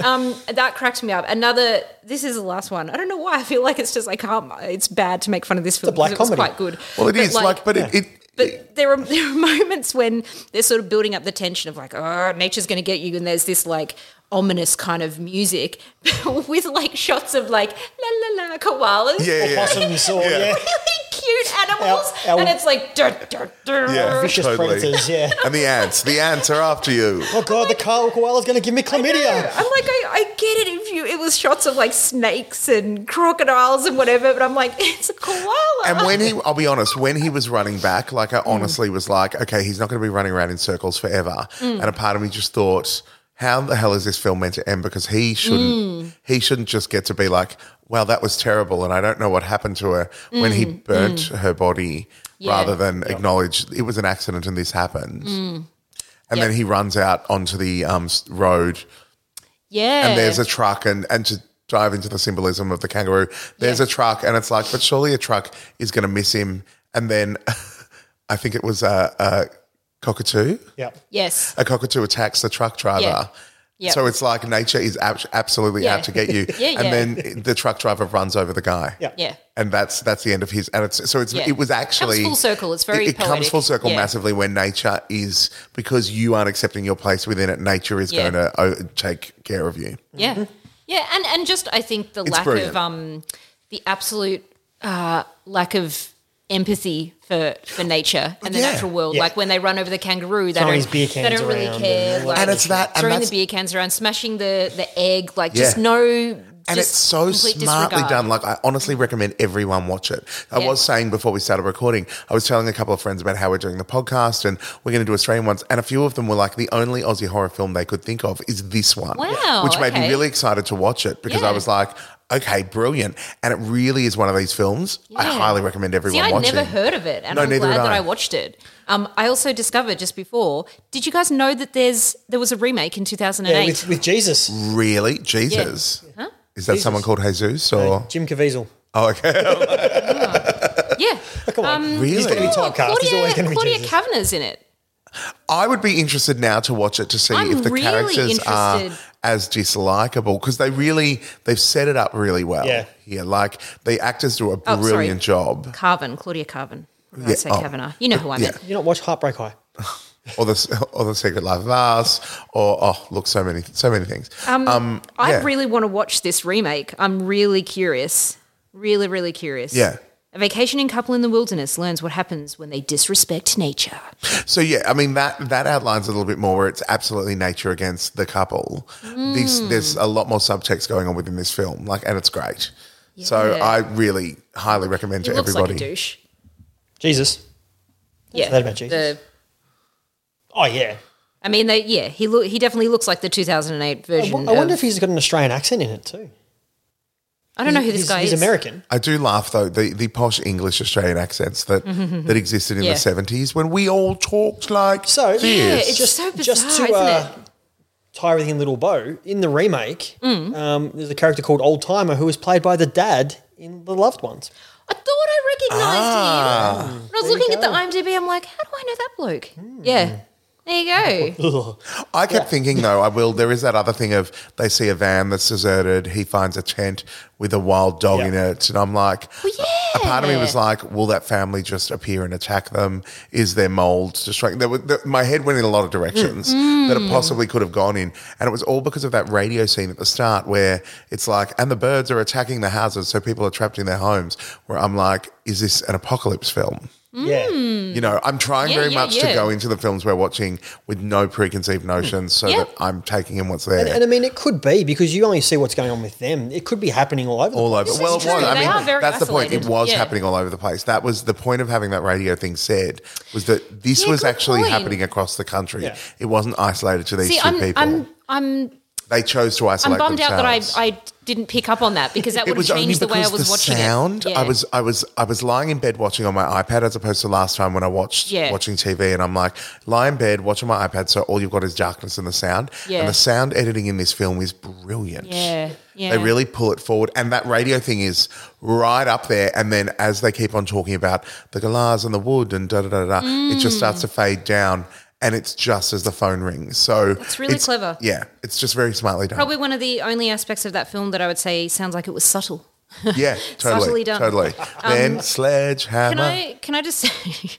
um, that cracked me up. Another. This is the last one. I don't know why. I feel like it's just I can't. It's bad to make fun of this film. black 'cause it was comedy. quite good. Well, it But, is like, but it. it but there are there are moments when they're sort of building up the tension of like, oh, nature's going to get you, and there's this like ominous kind of music with like shots of like la la la koalas, yeah, yeah, yeah. Possums or Yeah. yeah. really cute animals, Ow, ow. and it's like, dur, dur, dur. Yeah. vicious Totally. predators. Yeah. And the ants, the ants are after you. Oh god, the Carl koala's going to give me chlamydia. I'm like, I, I get it if you. It was shots of like snakes and crocodiles and whatever, but I'm like, it's a koala. And when he, I'll be honest, when he was running back, like I honestly was like, okay, he's not going to be running around in circles forever. And a part of me just thought, how the hell is this film meant to end? Because he shouldn't, he shouldn't just get to be like, wow, that was terrible, and I don't know what happened to her when he burnt her body, rather than acknowledge it was an accident and this happened. And then Yep. he runs out onto the um, s- road, yeah, and there's a truck, and and to dive into the symbolism of the kangaroo, there's a truck, and it's like, but surely a truck is going to miss him. And then I think it was a, a cockatoo. Yeah. yes, A cockatoo attacks the truck driver. Yeah. Yeah. So it's like nature is ab- absolutely Yeah. out to get you, Yeah, yeah. and then the truck driver runs over the guy. Yeah. yeah. And that's that's the end of his. And it's so it's Yeah. it was actually Comes full circle. It's very it, it comes poetic. full circle Yeah. massively when nature is because you aren't accepting your place within it. Nature is Yeah. going to o- take care of you. Yeah, yeah, and and just I think the It's lack brilliant. of um the absolute uh, lack of empathy for for nature and the Yeah. natural world. Yeah. Like when they run over the kangaroo, they Throwing don't his beer they cans don't really around care. and all like, that And it's that- and throwing that's- the beer cans around, smashing the the egg. Like Yeah. just no. and just it's so complete smartly disregard. done. Like I honestly recommend everyone watch it. I Yeah. was saying before we started recording, I was telling a couple of friends about how we're doing the podcast and we're going to do Australian ones, and a few of them were like, the only Aussie horror film they could think of is this one, Wow, which made me okay. really excited to watch it because I Yeah. was like, okay, brilliant, and it really is one of these films. I Yeah. highly recommend everyone See, I'd watching. never heard of it, and No, I'm neither glad had that I. I watched it. Um, I also discovered just before. Did you guys know that there's there was a remake in 2008? Yeah, with, with Jesus, Really, Jesus. Is that Jesus. someone called Jesus or? Jim Caviezel. Oh, okay. yeah. Come on, Really? he's going to be typecast. Claudia, he's always going to be Oh, Claudia Jesus. Kavanagh's in it. I would be interested now to watch it to see I'm if the really characters are interested. as dislikable because they really they've set it up really well. Yeah. here. like the actors do a Oh, sorry. brilliant job. Carvin, Claudia Carvin. I Yeah, say oh. Kavanaugh. You know who I Yeah. meant. You not watch Heartbreak High? Or the or the Secret Life of Us. Or oh, look, so many so many things. Uh, Um, I yeah. really want to watch this remake. I'm really curious. Really, really curious. Yeah. A vacationing couple in the wilderness learns what happens when they disrespect nature. So yeah, I mean that that outlines a little bit more where it's absolutely nature against the couple. This Hmm. there's a lot more subtext going on within this film, like, and it's great. So Yeah. I really highly recommend He to looks everybody. like a douche. Jesus. Yeah. that about Jesus? The- Oh, yeah. I mean, they, yeah, he look, he definitely looks like the 2008 I version. w- I wonder of- if he's got an Australian accent in it too. I don't know who this he's, guy he's is. American. I do laugh though the, the posh English Australian accents that that existed in Yeah. the seventies when we all talked like So this. it's just so bizarre, just to isn't uh, tie everything in a little bow in the remake, Mm. um, there's a character called Old Timer who was played by the dad in The Loved Ones. I thought I recognised Ah. him. When I was looking at the IMDb. I'm like, how do I know that bloke? Hmm. Yeah, there you go. I kept thinking though, I will. There is that other thing of they see a van that's deserted. He finds a tent with a wild dog Yeah. in it, and I'm like, a part of me was yeah. like, will that family just appear and attack them? Is there mold destroying? There were, there, my head went in a lot of directions that it possibly could have gone in, and it was all because of that radio scene at the start where it's like, and the birds are attacking the houses, so people are trapped in their homes. Where I'm like, is this an apocalypse film? Mm. Yeah. You know, I'm trying Yeah, very yeah, much yeah. to go into the films we're watching with no preconceived notions so Yeah. that I'm taking in what's there. And I mean, it could be because you only see what's going on with them. It could be happening all over. the all place. over. is Well, it true. was. I They are mean, very that's the point. It isolated. was Yeah. happening all over the place. That was the point of having that radio thing said was that this Yeah, was good actually point. happening across the country. Yeah. It wasn't isolated to these See, 2 I'm, people. I'm, I'm, they chose to I'm isolate bummed out that I, themselves. I didn't pick up on that because that it would have was only changed the way I because was the watching sound. it. Yeah. I was, I was, I was lying in bed watching on my iPad as opposed to last time when I watched Yeah. watching TV, and I'm like, lie in bed, watching my iPad, so all you've got is darkness and the sound. Yeah. And the sound editing in this film is brilliant. Yeah, yeah. They really pull it forward, and that radio thing is right up there. And then as they keep on talking about the galahs and the wood and da da da da, da, it just starts to fade down, and it's just as the phone rings. So it's really clever. Yeah, it's just very smartly done. Probably one of the only aspects of that film that I would say sounds like it was subtle. Yeah, totally. Subtly done. Um, Totally. then sledgehammer. Can I can I just say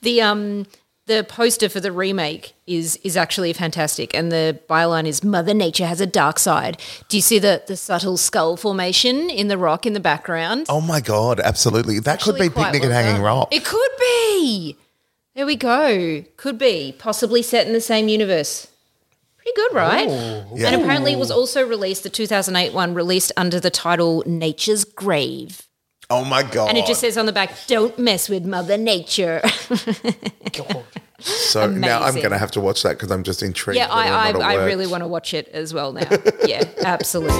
the um the poster for the remake is is actually fantastic, and the byline is "Mother Nature has a dark side." Do you see the the subtle skull formation in the rock in the background? oh my god, absolutely. That could be Actually quite picnic at well Hanging done. Rock. It could be. There we go. Could be possibly set in the same universe. Pretty good, right? And apparently, it was also released the 2008 one, released under the title "Nature's Grave." oh my god. And it just says on the back, "Don't mess with Mother Nature." God. so now I'm amazing. going to have to watch that because I'm just intrigued. Yeah, I, whether or not I, it I worked. really want to watch it as well now. yeah, absolutely.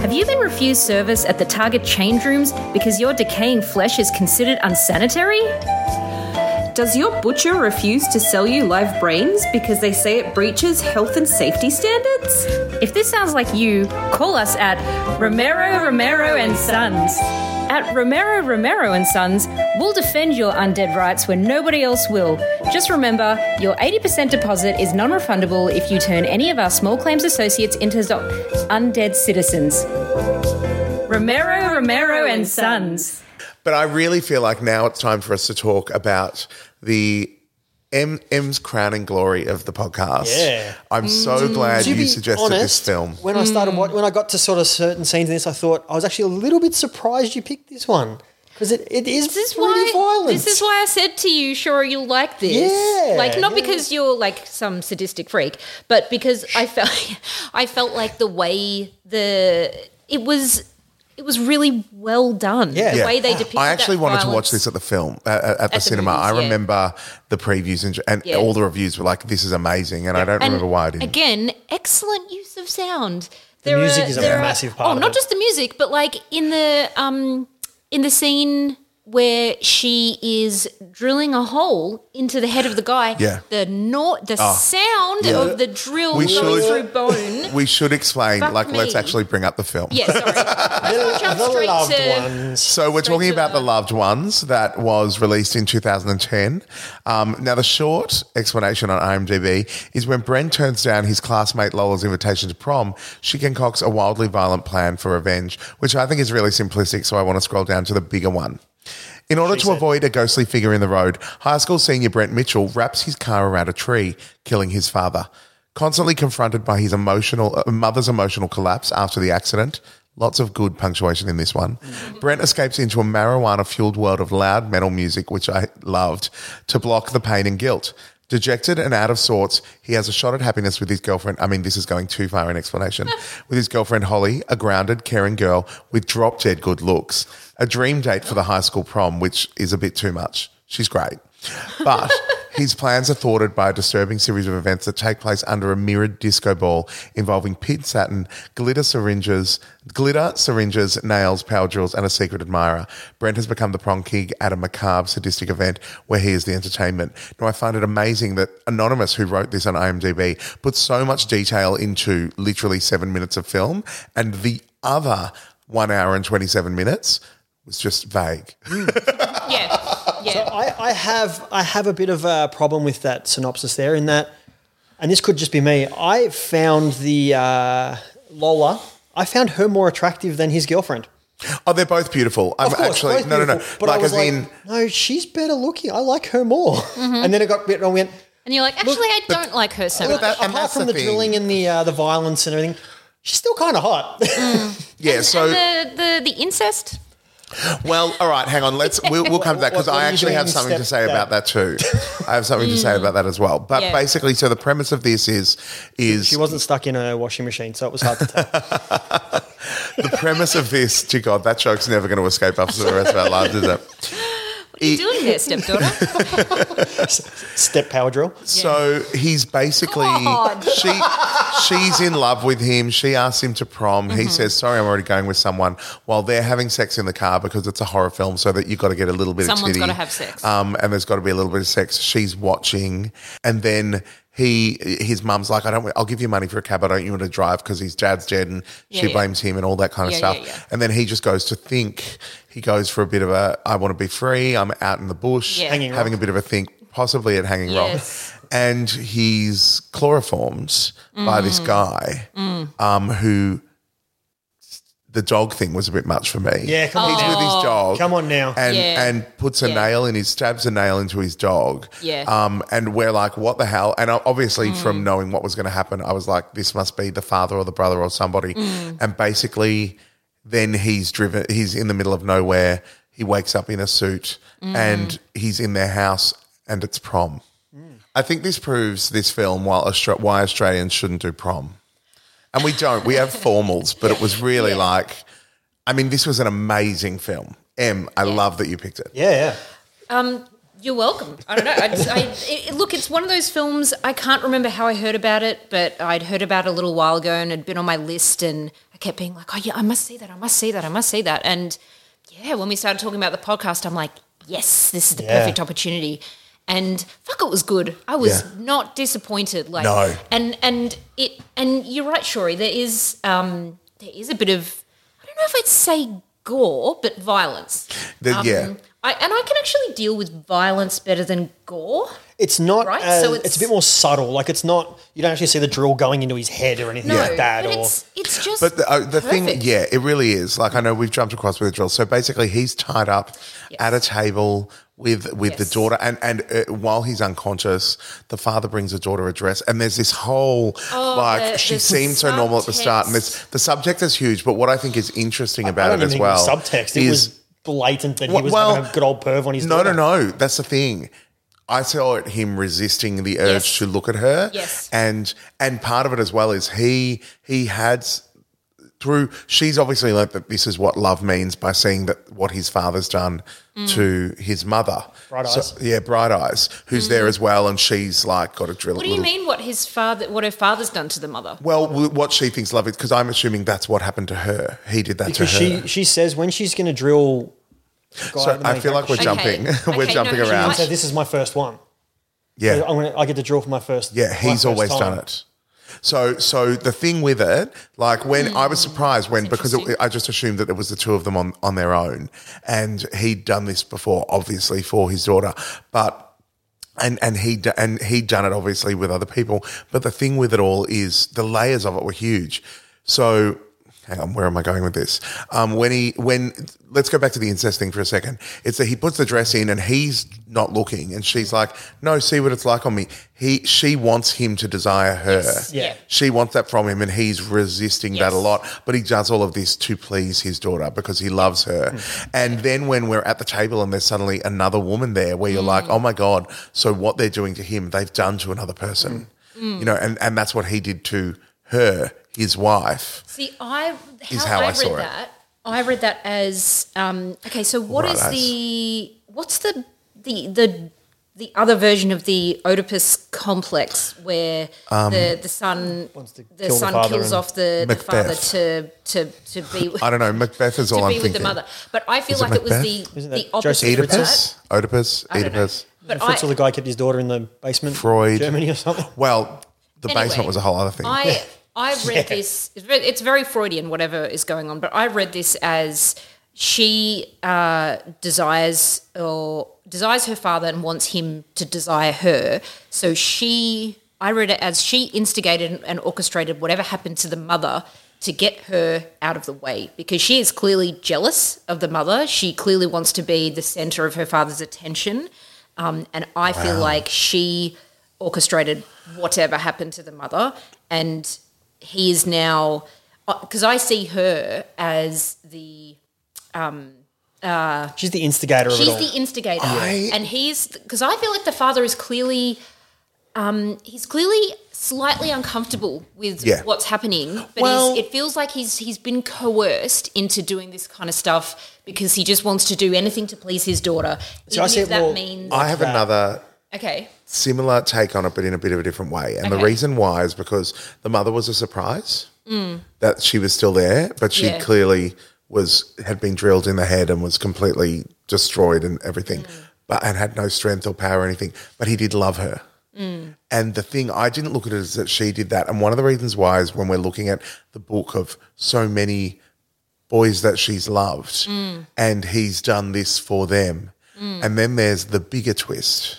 Have you been refused service at the Target change rooms because your decaying flesh is considered unsanitary? Does your butcher refuse to sell you live brains because they say it breaches health and safety standards? If this sounds like you, call us at Romero Romero and Sons. At Romero Romero and Sons, we'll defend your undead rights when nobody else will. Just remember, your 80% deposit is non-refundable if you turn any of our small claims associates into zo- undead citizens. Romero Romero and Sons. But I really feel like now it's time for us to talk about the M M's crown and glory of the podcast. Yeah. I'm Mm. so glad To you be suggested this honest, film. When I started, Hmm. wa- when I got to sort of certain scenes in this, I thought I was actually a little bit surprised you picked this one because it, it is, This is pretty why. violent. This is why I said to you, sure, you'll like this. Yeah, like not yeah. because you're like some sadistic freak, but because I felt, I felt like the way the it was, it was really well done. Yeah. the Yeah. way they depicted. I actually that wanted to watch violence. this at the film uh, at, at the, the cinema. movies, I yeah. remember the previews and, and Yeah. all the reviews were like, "This is amazing," and I don't And remember why I didn't. Again, excellent use of sound. The music is a massive part Oh, of not it. just the music, but like in the um in the scene where she is drilling a hole into the head of the guy. Yeah. Ah. The no- the sound of the drill We going should- through bone. We should explain, Fuck like, let's me. actually bring up the film. yeah, sorry. Let's jump Ah, the straight loved to- ones. So we're Straight talking to about the- the loved ones that was released in 2010. Um, now the short explanation on IMDb is when Bren turns down his classmate Lola's invitation to prom, she concocts a wildly violent plan for revenge, which I think is really simplistic. So I want to scroll down to the bigger one. In order to avoid a ghostly figure in the road, high school senior Brent Mitchell wraps his car around a tree, killing his father. Constantly confronted by his emotional uh, mother's emotional collapse after the accident, lots of good punctuation in this one. Brent escapes into a marijuana-fueled world of loud metal music, which I loved, to block the pain and guilt. Dejected and out of sorts, he has a shot at happiness with his girlfriend. I mean, this is going too far in explanation. with his girlfriend Holly, a grounded, caring girl with drop dead good looks, a dream date for the high school prom, which is a bit too much. She's great. But his plans are thwarted by a disturbing series of events that take place under a mirrored disco ball involving pit satin, glitter syringes, glitter syringes, nails, power drills, and a secret admirer. Brent has become the prong king at a macabre, sadistic event where he is the entertainment. Now, I find it amazing that Anonymous, who wrote this on IMDb, put so much detail into literally seven minutes of film, and the other one hour and 27 minutes was just vague. Yeah. Yeah. I, I have I have a bit of a problem with that synopsis there in that, and this could just be me. I found the uh, Lola. I found her more attractive than his girlfriend. Oh, they're both beautiful. I'm Of course, actually both no, no, no. beautiful, But like I was as like, in, no, she's better looking. I like her more. Mm-hmm. And then it got a bit wrong. Went and you're like, actually, I don't like her so much. look, that- and apart that's from the, the thing. drilling and the uh, the violence and everything, she's still kind of hot. yeah. So the, the the incest. well, all right. Hang on. Let's we'll, we'll come to that because What- what I are you actually doing have something to instead say of about that too. I have something to say about that as well. But Yeah. basically, so the premise of this is is she wasn't stuck in a washing machine, so it was hard to tell. the premise of this. Dear God, that joke's never going to escape us for the rest of our lives, is it? What are you doing there, stepdaughter? Step power drill. So he's basically God. she she's in love with him. She asks him to prom. Mm-hmm. He says, "Sorry, I'm already going with someone." While they're having sex in the car because it's a horror film, so that you've got to get a little bit of Someone's titty. gotta have sex. Um, and there's got to be a little bit of sex. She's watching, and then he his mum's like, "I don't. I'll give you money for a cab. I don't want to drive because his dad's dead, and Yeah, she yeah. blames him and all that kind of Yeah, stuff." yeah, yeah. And then he just goes to think. He goes for a bit of a, "I want to be free. I'm out in the bush, Yeah. Hanging having a bit of a think, possibly at Hanging Rock." Yes. and he's chloroformed by Mm. this guy um, who the dog thing was a bit much for me. Yeah, come on he's now. with his dog. Come on now. And, Oh. Yeah. and puts a Yeah. nail in his, stabs a nail into his dog. Yeah. Um, and we're like, what the hell? And I- obviously, from knowing what was going to happen, I was like, this must be the father or the brother or somebody. And basically, then he's driven, he's in the middle of nowhere. He wakes up in a suit and he's in their house and it's prom. I think this proves this film while Austra- why Australians shouldn't do prom. And we don't. We have formals, but it was really like, I mean, this was an amazing film. M, I love that you picked it. Yeah, yeah. You're welcome. I don't know. I just, I, it, it- look, it's one of those films. I can't remember how I heard about it, but I'd heard about it a little while ago and had been on my list, and I kept being like, "Oh yeah, I must see that. I must see that. I must see that." And yeah, when we started talking about the podcast, I'm like, "Yes, this is the Yeah. perfect opportunity." And fuck, it was good. I was Yeah. not disappointed. Like, No. and and it and you're right, Shory. There is um there is a bit of I don't know if I'd say gore, but violence. The- yeah. Um, I, and I can actually deal with violence better than gore. It's not. Right, as- so it's, it's- a bit more subtle. Like it's not. You don't actually see the drill going into his head or anything No, like that. but or it's it's just But the, uh, the thing, perfect. yeah, it really is. Like I know we've jumped across with a drill. So basically, he's tied up at a table with with the Yes. daughter, and and uh, while he's unconscious, the father brings the daughter a dress, and there's this whole like Oh, the- she the seemed so normal at the start, and this the subject is huge. But what I think is interesting I about it don't even as think it was well subtext. It was blatant that he was Well- having a good old perv on his. No, daughter. no, no. That's the thing. I saw it, him resisting the urge Yes. to look at her. Yes. And and part of it as well is he he had s- through she's obviously learnt that this is what love means by seeing that what his father's done Mm. to his mother. Bright Eyes. yeah, Bright Eyes, who's there as well, and she's like got a drill. Mm. What do you mean? What his father? What her father's done to the mother? Well, w- what she thinks love is because I'm assuming that's what happened to her. He did that because to her. she she says when she's going to drill Guy So with the I main feel like we're character. jumping. Okay. we're Okay, jumping no, you around. might- So this is my first one. yeah. I'm gonna, I get to draw for my first. Yeah, my he's first always time. done it. So, so the thing with it, like when I was surprised when because it, I just assumed that it was the two of them on on their own, and he'd done this before, obviously for his daughter, but. And and he d- and he'd done it obviously with other people, but the thing with it all is the layers of it were huge. So, hang on, where am I going with this? Um, when he when let's go back to the incest thing for a second. It's that he puts the dress in and he's not looking, and she's like, "No, see what it's like on me." He she wants him to desire her. Yeah. She wants that from him, and he's resisting that a lot. But he does all of this to please his daughter because he loves her. Mm. And then when we're at the table and there's suddenly another woman there, where you're Mm. like, oh my god! So what they're doing to him, they've done to another person. Mm. You know, and and that's what he did to her, his wife. See, I how, Is how I, I read saw it. that. I read that as um, okay. So what is Right. the what's the the the the other version of the Oedipus complex where Um, the the son the kill the son father kills and- off the, the father Macbeth. to to to be I don't know. Macbeth is to all I'm be with thinking. the mother. But I feel Is it like it was the Macbeth? Isn't the that opposite Joseph of that. Oedipus, Oedipus, don't know. Oedipus, But Fritz or I, the guy kept his daughter in the basement, Freud, Germany or something. Well, the Anyway, basement was a whole other thing. I I read this. it's ve- It's very Freudian, whatever is going on. But I read this as she uh, desires or desires her father and wants him to desire her. So she, I read it as she instigated and orchestrated whatever happened to the mother to get her out of the way because she is clearly jealous of the mother. She clearly wants to be the center of her father's attention. Um, and I feel like she orchestrated whatever happened to the mother. And he is now, because I see her as the, She's the instigator of it she's all. the instigator. and he's, because I feel like the father is clearly, um, he's clearly slightly uncomfortable with Yeah. what's happening. But Well- he's, it feels like he's, he's been coerced into doing this kind of stuff because he just wants to do anything to please his daughter. See, I even see if it that more- means, I have another okay. similar take on it, but in a bit of a different way. And the Okay. reason why is because the mother was a surprise that she was still there, but she Mm. Yeah. clearly was had been drilled in the head and was completely destroyed and everything, Mm. but and had no strength or power or anything. But he did love her. Mm. And the thing I didn't look at it is that she did that. And one of the reasons why is when we're looking at the book of so many boys that she's loved Mm. and he's done this for them. And then there's the bigger twist.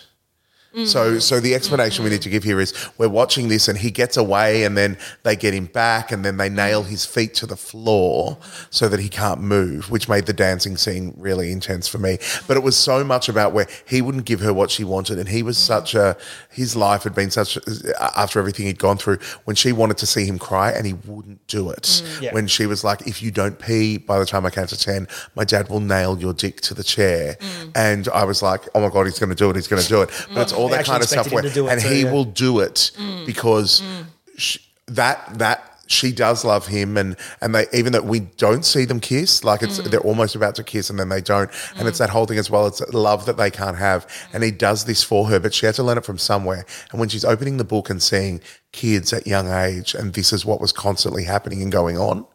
So, so the explanation we need to give here is we're watching this, and he gets away, and then they get him back, and then they nail his feet to the floor so that he can't move, which made the dancing scene really intense for me. But it was so much about where he wouldn't give her what she wanted, and he was such a his life had been such uh, after everything he'd gone through. When she wanted to see him cry, and he wouldn't do it. Yeah. When she was like, "If you don't pee by the time I count to ten, my dad will nail your dick to the chair," and I was like, "Oh my god, he's going to do it! He's going to do it!" But it's all all They that actually kind of expected stuff. Where, him to do it and too, he yeah. will do it because sh that that she does love him, and and they even that we don't see them kiss, like it's they're almost about to kiss, and then they don't, and it's that whole thing as well. It's love that they can't have, and he does this for her, but she had to learn it from somewhere. And when she's opening the book and seeing kids at young age, and this is what was constantly happening and going on.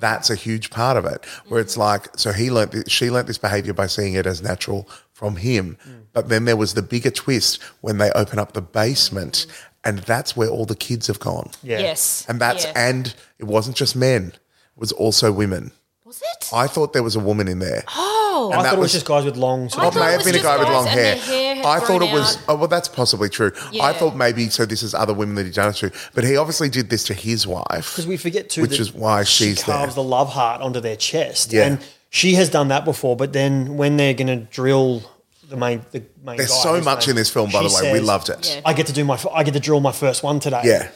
That's a huge part of it, where Mm-hmm. it's like, so he learnt, th- she learnt this behavior by seeing it as natural from him. Mm. But then there was the bigger twist when they open up the basement, Mm-hmm. and that's where all the kids have gone. yeah. Yes. And that's, Yeah. and it wasn't just men, it was also women. was it? I thought there was a woman in there. Oh, I thought it was just guys with long. Sort I Oh, of it may thought it have was been a just guy with guys long and hair. their hair had I thought it grown was. out. Oh, well, that's possibly true. I Yeah. thought maybe so. This is other women that he done it to, but he obviously did this to his wife. because we forget too, which that is why she she's there. carves the love heart onto their chest, Yeah. and she has done that before. But then when they're going to drill the main, the main There's guy, so who's much named- in this film, by she the way. We says, loved it. Yeah. I get to do my, f- I get to drill my first one today. Yeah.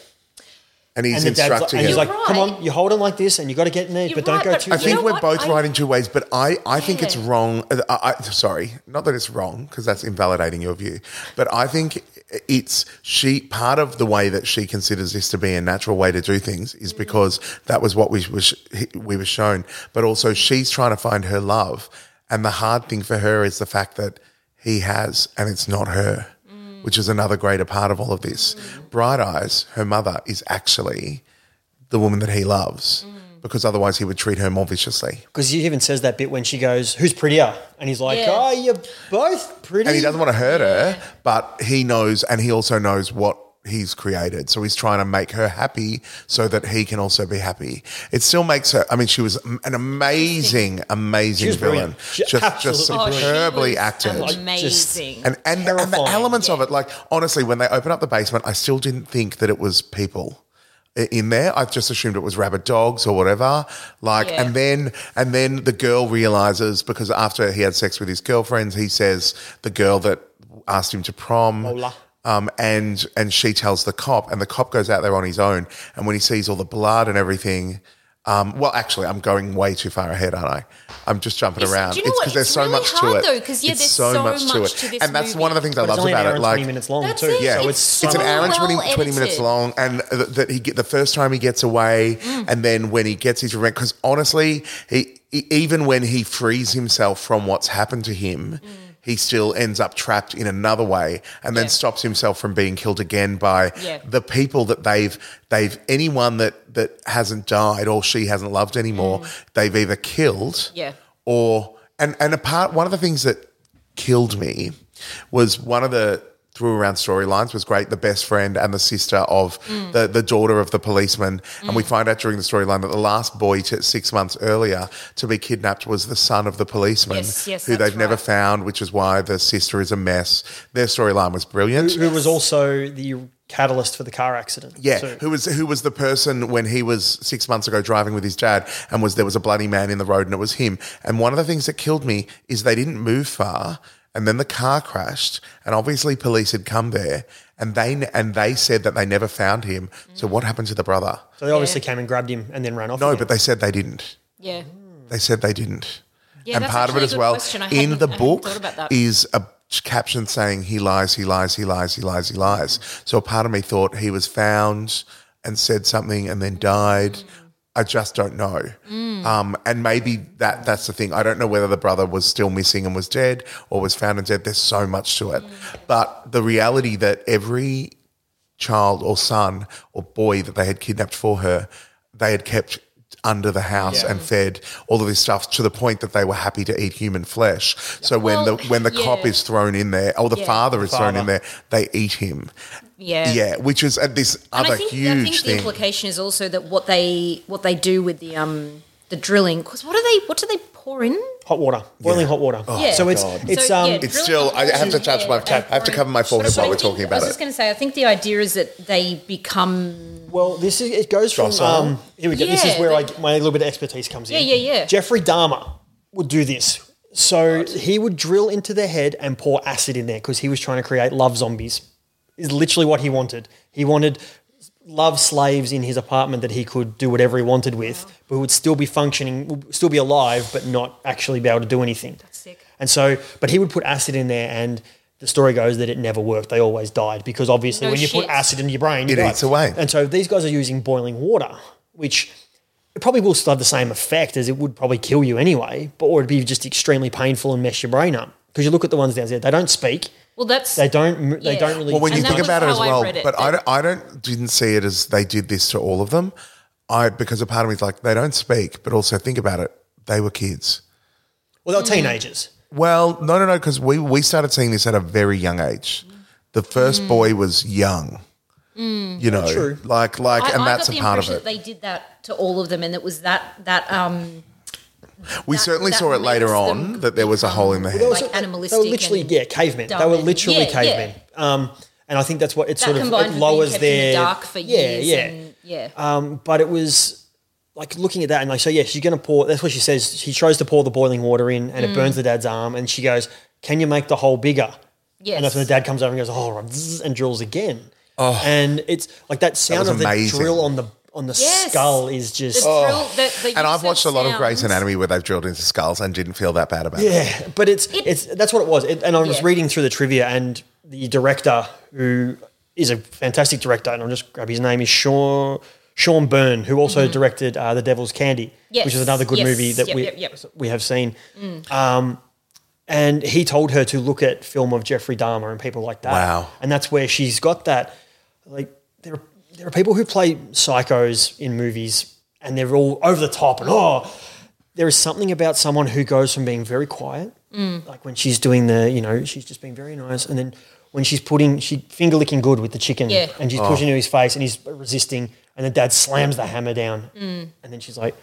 And he's and the dad's like, instructing and he's him. like, You're come on, right. you hold on like this, and you got to get in there, You're but don't right, go but too. I you think know we're what? both I- right in two ways, but I, I think it's Yeah. wrong. uh, I, I, sorry, not that it's wrong, because that's invalidating your view, but I think it's she part of the way that she considers this to be a natural way to do things is Mm. because that was what we was we were shown, but also she's trying to find her love, and the hard thing for her is the fact that he has, and it's not her. Mm. Which is another greater part of all of this. Bright Eyes, her mother, is actually the woman that he loves. because otherwise he would treat her more viciously. Because he even says that bit when she goes, "Who's prettier?" And he's like, Yeah. "Oh, you're both pretty." And he doesn't want to hurt her, but he knows, and he also knows what he's created. So he's trying to make her happy so that he can also be happy. It still makes her, I mean, she was am- an amazing, amazing was villain. brilliant. She- just, just absolutely brilliant. superbly acted. acted. Oh, Amazing. And and, the- and the Terrifying. elements of it, like honestly, when they open up the basement, I still didn't think that it was people i- in there. I just assumed it was rabid dogs or whatever. Like, Yeah. and then and then the girl realizes because after he had sex with his girlfriends, he says the girl that asked him to prom. Lola. Um, and and she tells the cop, and the cop goes out there on his own. And when he sees all the blood and everything, um, well, actually, I'm going way too far ahead, aren't I? I'm just jumping It's- around. do you know it's what? because there's It's so really much hard, to it. though, 'cause, yeah, It's there's so much to this and that's one of the movie. things I But it's loved only an about hour it. and Like twenty minutes long That's too. it. yeah, so it's, it's, so an hour and well 20, 20 minutes edited. long, and th- that he get the first time he gets away, Mm. and then when he gets his revenge. Because honestly, he, he- even when he frees himself from what's happened to him, he still ends up trapped in another way, and then Mm. Yeah. stops himself from being killed again by Yeah. the people that they've they've anyone that that hasn't died or she hasn't loved anymore. They've either killed, Mm. Yeah. or and and apart one of the things that killed me was one of the through around storylines was great the best friend and the sister of Mm. the, the daughter of the policeman and we find out during the storyline that the last boy to six months earlier to be kidnapped was the son of the policeman Yes, yes, who that's they've never right. found which is why the sister is a mess their storyline was brilliant who was also the catalyst for the car accident. yeah, So- who was who was the person when he was six months ago driving with his dad, and was there was a bloody man in the road, and it was him. And one of the things that killed me is they didn't move far, and then the car crashed, and obviously police had come there, and they and they said that they never found him. So what happened to the brother? so they obviously came and grabbed him and then ran off. No, again. but they said they didn't. Yeah. They said they didn't. Yeah, and that's part of it actually a as good well question. I in hadn't- the I hadn't book thought about that. is a caption saying he lies, he lies, he lies, he lies, he lies. So a part of me thought he was found and said something and then died. I just don't know. Mm. Um, and maybe that that's the thing. I don't know whether the brother was still missing and was dead or was found and dead. There's so much to it. Mm. But the reality that every child or son or boy that they had kidnapped for her, they had kept under the house and fed all of this stuff to the point that they were happy to eat human flesh. So when Well, the when the cop yeah. is thrown in there, or the Yeah. father is thrown Father. in there, they eat him. Yeah. Yeah, which is uh, this And other I think, huge I think the thing. implication is also that what they what they do with the um the drilling because what do they what do they pour in? hot water, boiling hot water. Yeah. Oh, So it's God. it's So, um yeah, it's drilling still. I holes have to in touch there my. and I have to pouring- cover my forehead But I while we're think- talking I about was just it. going to say, I think the idea is that they become well this is it goes from Docile. um here we go. this is Yeah, where I like- my little bit of expertise comes in. Yeah, yeah, yeah. Jeffrey Dahmer would do this. So he would drill into their head and pour acid in there because he was trying to create love zombies. Is literally what he wanted. He wanted love slaves in his apartment that he could do whatever he wanted with, but would still be functioning, would still be alive, but not actually be able to do anything. That's sick. And so, but he would put acid in there, and the story goes that it never worked. They always died because obviously, No when you shit. put acid in your brain, you It die. eats away. And so these guys are using boiling water, which it probably will still have the same effect as it would probably kill you anyway, but or it'd be just extremely painful and mess your brain up. Because you look at the ones down there, they don't speak, well. That's they don't, mo- they Yeah. don't really. Well, when And you that think was about it how as I well, read it, but I that- don't, I don't didn't see it as they did this to all of them. I because a part of me is like they don't speak, but also think about it. They were kids. well, they're Mm. teenagers. Well, no, no, no, because we we started seeing this at a very young age. The first Mm. boy was young. You know, true. like like, I, and I that's got a the part of impression it. that they did that to all of them, and it was that that um we that- certainly that saw it later makes on them that there was a hole in the become- head. Well, So Like they- animalistic They were literally, and yeah, cavemen. They dumb were and- literally yeah, yeah. cavemen. Um, and I think that's what it that sort of combined it with lowers being kept their in the dark for yeah, years. yeah. and, yeah. Um, but it was like looking at that and like, so yeah, she's gonna pour. That's what she says. She tries to pour the boiling water in, and it burns the dad's arm. And she goes, "Can you make the hole bigger?" And that's when the dad comes over and goes, "Oh," zzz," and drills again. Oh. And it's like that sound was of the amazing. drill on the on the Yes. skull is just. Oh. And I've watched a lot of Grey's Anatomy where they've drilled into skulls and didn't feel that bad about it. Yeah, but it's it's that's what it was. It, and I was Yeah. reading through the trivia, and the director, who is a fantastic director, and I'll just grab his name is Sean Sean Byrne, who also directed uh, The Devil's Candy, which is Mm-hmm. Yes, another good yes, movie that yep, we yep, yep. Mm. we have seen. Um, and he told her to look at film of Jeffrey Dahmer and people like that. Wow. And that's where she's got that. Like there, are- there are people who play psychos in movies and they're all over the top and oh there is something about someone who goes from being very quiet like when she's doing the you know she's just being very nice and then when she's putting she finger licking good with the chicken Yeah. Oh. and she's pushing it to his face and he's resisting and then dad slams the hammer down and then she's like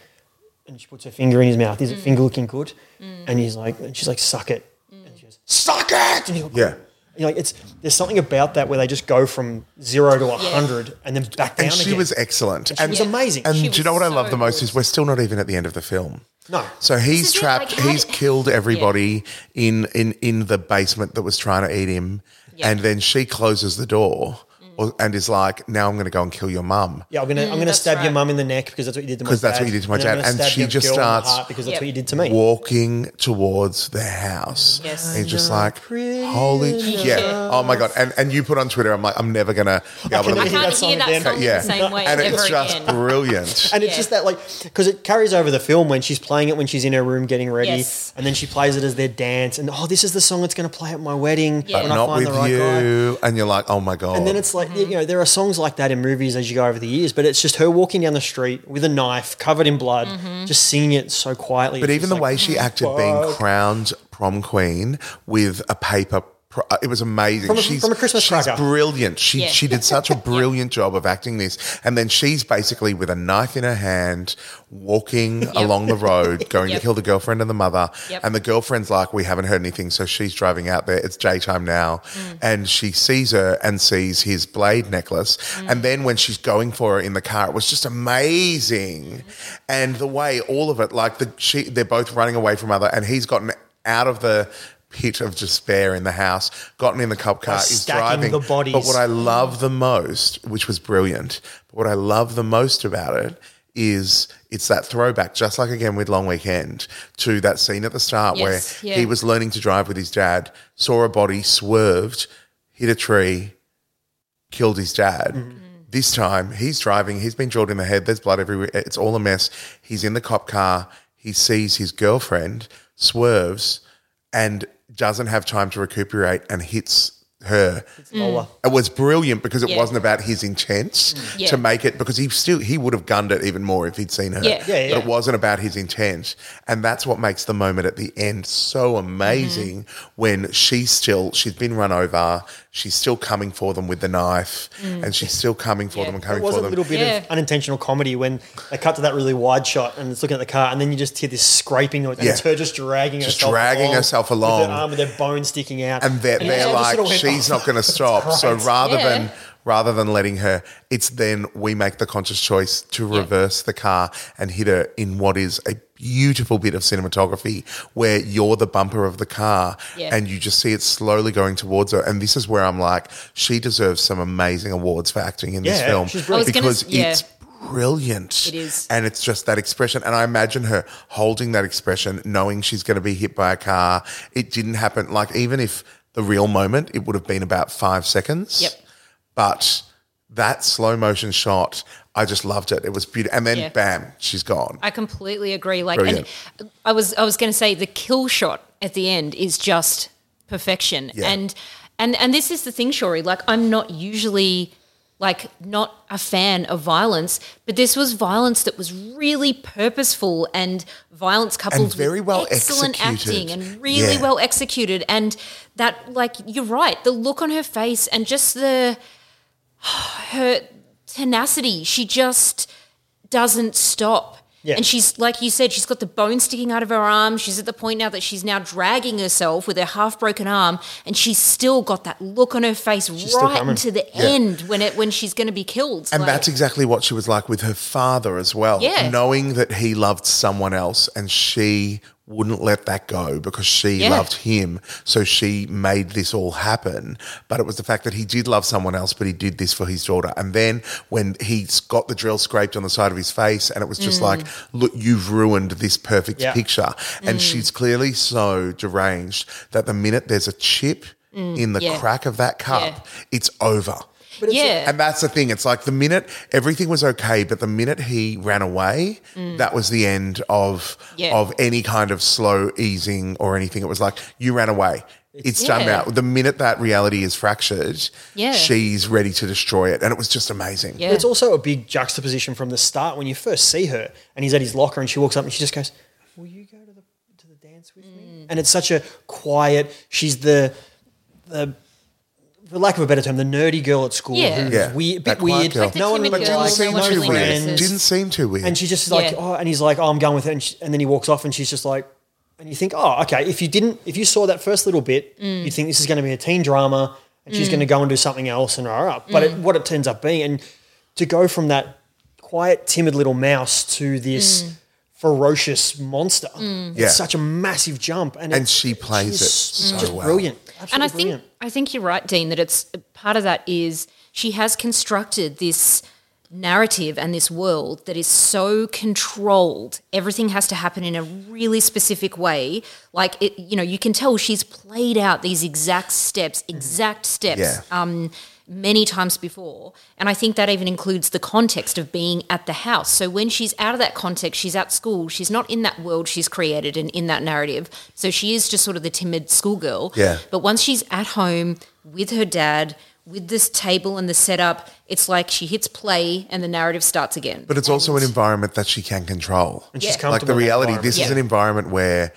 and she puts her finger in his mouth is it finger looking good and he's like and she's like suck it and she goes suck it and he's like, Yeah. you know, like it's there's something about that where they just go from zero to a hundred and then back down And she again. was excellent. And she was amazing. And She do you was know what I so love the most good. is we're still not even at the end of the film. no, So he's is it, trapped. like, how he's did- killed everybody in, in in the basement that was trying to eat him, and then she closes the door Mm. or, and is like, "Now I'm going to go and kill your mum." yeah, I'm gonna I'm gonna that's stab your right. mum in the neck because that's what you did to my dad. 'Cause that's what you did to my then I'm dad. gonna And stab she your just girl in the starts- heart because that's Yep. what you did to me. walking towards the house. Yes. And you're just like, holy yeah. Oh my god. And and you put on Twitter, I'm like, I'm never gonna be able to can I hear look that can't song hear that again. song yeah. the same way and ever it's just again. brilliant. And it's just that, like, because it carries over the film when she's playing it when she's in her room getting ready, Yes. and then she plays it as their dance. And oh, this is the song that's going to play at my wedding but when I not find with the right guy. you. And you're like, oh my god. And then it's like, Mm-hmm. you know, there are songs like that in movies as you go over the years, but it's just her walking down the street with a knife, covered in blood, Mm-hmm. just singing it so quietly. But It's even just the like, "Oh, way she acted being crowned prom queen with a paper. Pro- uh, it was amazing. From a- she's from a Christmas she's cracker. brilliant. She Yeah. she did such a brilliant job of acting this, and then she's basically with a knife in her hand, walking along the road, going Yep. to kill the girlfriend and the mother. Yep. And the girlfriend's like, "We haven't heard anything," so she's driving out there. It's daytime now, Mm. and she sees her and sees his blade necklace. Mm. And then when she's going for her in the car, it was just amazing, and the way all of it, like the she, they're both running away from other, and he's gotten out of the. Pit of despair in the house, gotten in the cop car, is stacking driving. the But bodies. what I love the most, which was brilliant, but what I love the most about it is it's that throwback, just like again with Long Weekend, to that scene at the start Yes, where yeah. he was learning to drive with his dad, saw a body, swerved, hit a tree, killed his dad. Mm. This time he's driving, he's been drilled in the head, there's blood everywhere, it's all a mess. He's in the cop car, he sees his girlfriend, swerves, and doesn't have time to recuperate and hits her Lola. it was brilliant because it Yeah. Mm. wasn't about his intent Yeah. to make it because he still he would have gunned it even more if he'd seen her. Yeah. Yeah, yeah. But it wasn't about his intent. And that's what makes the moment at the end so amazing Mm-hmm. when she's still she's been run over, she's still coming for them with the knife, and she's still coming for Mm. Yeah. them and It coming was for a them. little bit Yeah. of unintentional comedy when they cut to that really wide shot and it's looking at the car, and then you just hear this scraping, and Yeah. it's her just dragging Just herself dragging along herself with along. her arm with her bone sticking out, and they're, it they're just like sorta went, she's "Oh." not going to stop so right. rather Yeah. than rather than letting her it's then we make the conscious choice to reverse the car and hit her in what is a beautiful bit of cinematography where you're the bumper of the car Yeah. and you just see it slowly going towards her and this is where i'm like she deserves some amazing awards for acting in this Yeah, film she's brilliant. I was because gonna s- yeah. it's brilliant It is. and it's just that expression. And I imagine her holding that expression, knowing she's going to be hit by a car. It didn't happen. Like, even if the real moment, it would have been about five seconds. Yep. But that slow motion shot, I just loved it. It was beautiful. And then, Yeah. bam, she's gone. I completely agree. Like, Brilliant. and I was I was going to say the kill shot at the end is just perfection. Yeah. And and and this is the thing, Shory. Like, I'm not usually like not a fan of violence, but this was violence that was really purposeful and violence coupled And very with well excellent executed. acting and really Yeah. well executed. And that, like, you're right. The look on her face and just the her tenacity. She just doesn't stop. Yeah. And she's like you said, she's got the bone sticking out of her arm. She's at the point now that she's now dragging herself with her half broken arm, and she's still got that look on her face still right coming. into the end when it when she's going to be killed. And Like, that's exactly what she was like with her father as well. Yeah. Knowing that he loved someone else and she wouldn't let that go because she Yeah. loved him. So she made this all happen. But it was the fact that he did love someone else, but he did this for his daughter. And then when he's got the drill scraped on the side of his face, and it was Mm. just like, look, you've ruined this perfect Yeah. picture. Mm. And she's clearly so deranged that the minute there's a chip in the Mm. yeah. crack of that cup, it's over. yeah, And that's the thing. It's like the minute everything was okay, but the minute he ran away, that was the end of Mm. Yeah. of any kind of slow easing or anything. It was like you ran away. It's done now. Yeah. The minute that reality is fractured, Yeah. she's ready to destroy it. And it was just amazing. Yeah. It's also a big juxtaposition from the start when you first see her and he's at his locker and she walks up and she just goes, "Will you go to the to the dance with Mm. me?" And it's such a quiet. She's the the for lack of a better term, the nerdy girl at school Yeah. who's Yeah. weird, That bit quiet weird. girl. Like the no one timid But girl really didn't Like, likes, seem no one's too no really weird. notices. friends. Didn't seem too weird. And she just is like, Yeah. oh, and he's like, oh, I'm going with her. And, she, and then he walks off and she's just like, and you think, oh, okay, if you didn't, if you saw that first little bit, Mm. you'd think this is going to be a teen drama and she's going to go and do something else and rah, rah. But Mm. it, what it turns up being, and to go from that quiet, timid little mouse to this Mm. ferocious monster, it's Yeah. such a massive jump. And, And it's- she plays she's it so just well. brilliant. and I Absolutely think brilliant. I think you're right, Dean. That it's part of that is she has constructed this narrative and this world that is so controlled. Everything has to happen in a really specific way. Like it, you know, you can tell she's played out these exact steps, exact steps. Yeah. Um, many times before and i think that even includes the context of being at the house so when she's out of that context she's at school she's not in that world she's created and in that narrative so she is just sort of the timid schoolgirl Yeah. but once she's at home with her dad, with this table and the setup, it's like she hits play and the narrative starts again. But it's also an environment that she can control. And she's Yeah. comfortable. Like the in that reality, environment. this is Yeah. an environment where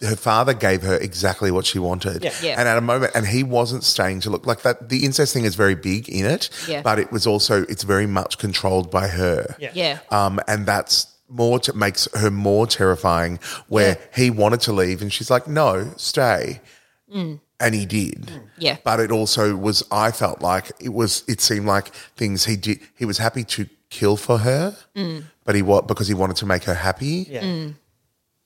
her father gave her exactly what she wanted. Yeah. Yeah. And at a moment, and he wasn't staying to look like that. The incest thing is very big in it, Yeah. but it was also, it's very much controlled by her. yeah. Um, and that's more t- makes her more terrifying. Where he wanted to leave, and she's like, "No, stay," Mm. and he did. Mm. Yeah. but it also was. I felt like it was. It seemed like things he did. He was happy to kill for her, but he what because he wanted to make her happy. Mm. Yeah. Mm. Mm.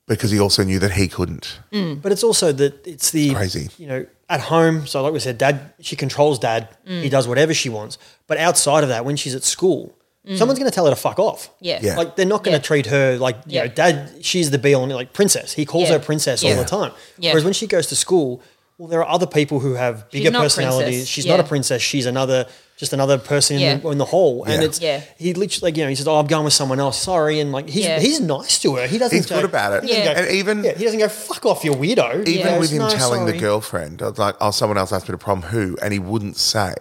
Because he also knew that he couldn't. But it's also that it's the Crazy. you know, at home. So like we said, dad, she controls dad. Mm. He does whatever she wants. But outside of that, when she's at school, someone's going to tell her to fuck off. Mm. Yeah. Yeah. Like they're not going to treat her like you Yeah. know, dad. She's the be all and- like princess. He calls Yeah. her princess Yeah. all the time. Yeah. Whereas when she goes to school, well, there are other people who have bigger not personalities. princess. She's Yeah. not a princess. She's another. Just another person in, the, Yeah. in the hall, and Yeah. it's Yeah. he literally like, you know he says, "Oh, I'm going with someone else." Sorry, and like he's Yeah. he's nice to her. He doesn't He's go- good about it. he doesn't Yeah. go, And even- yeah, he doesn't go fuck off, you weirdo. Even Yeah, with him no, telling sorry. the girlfriend, I was like, oh, someone else asked me to prom who? And he wouldn't say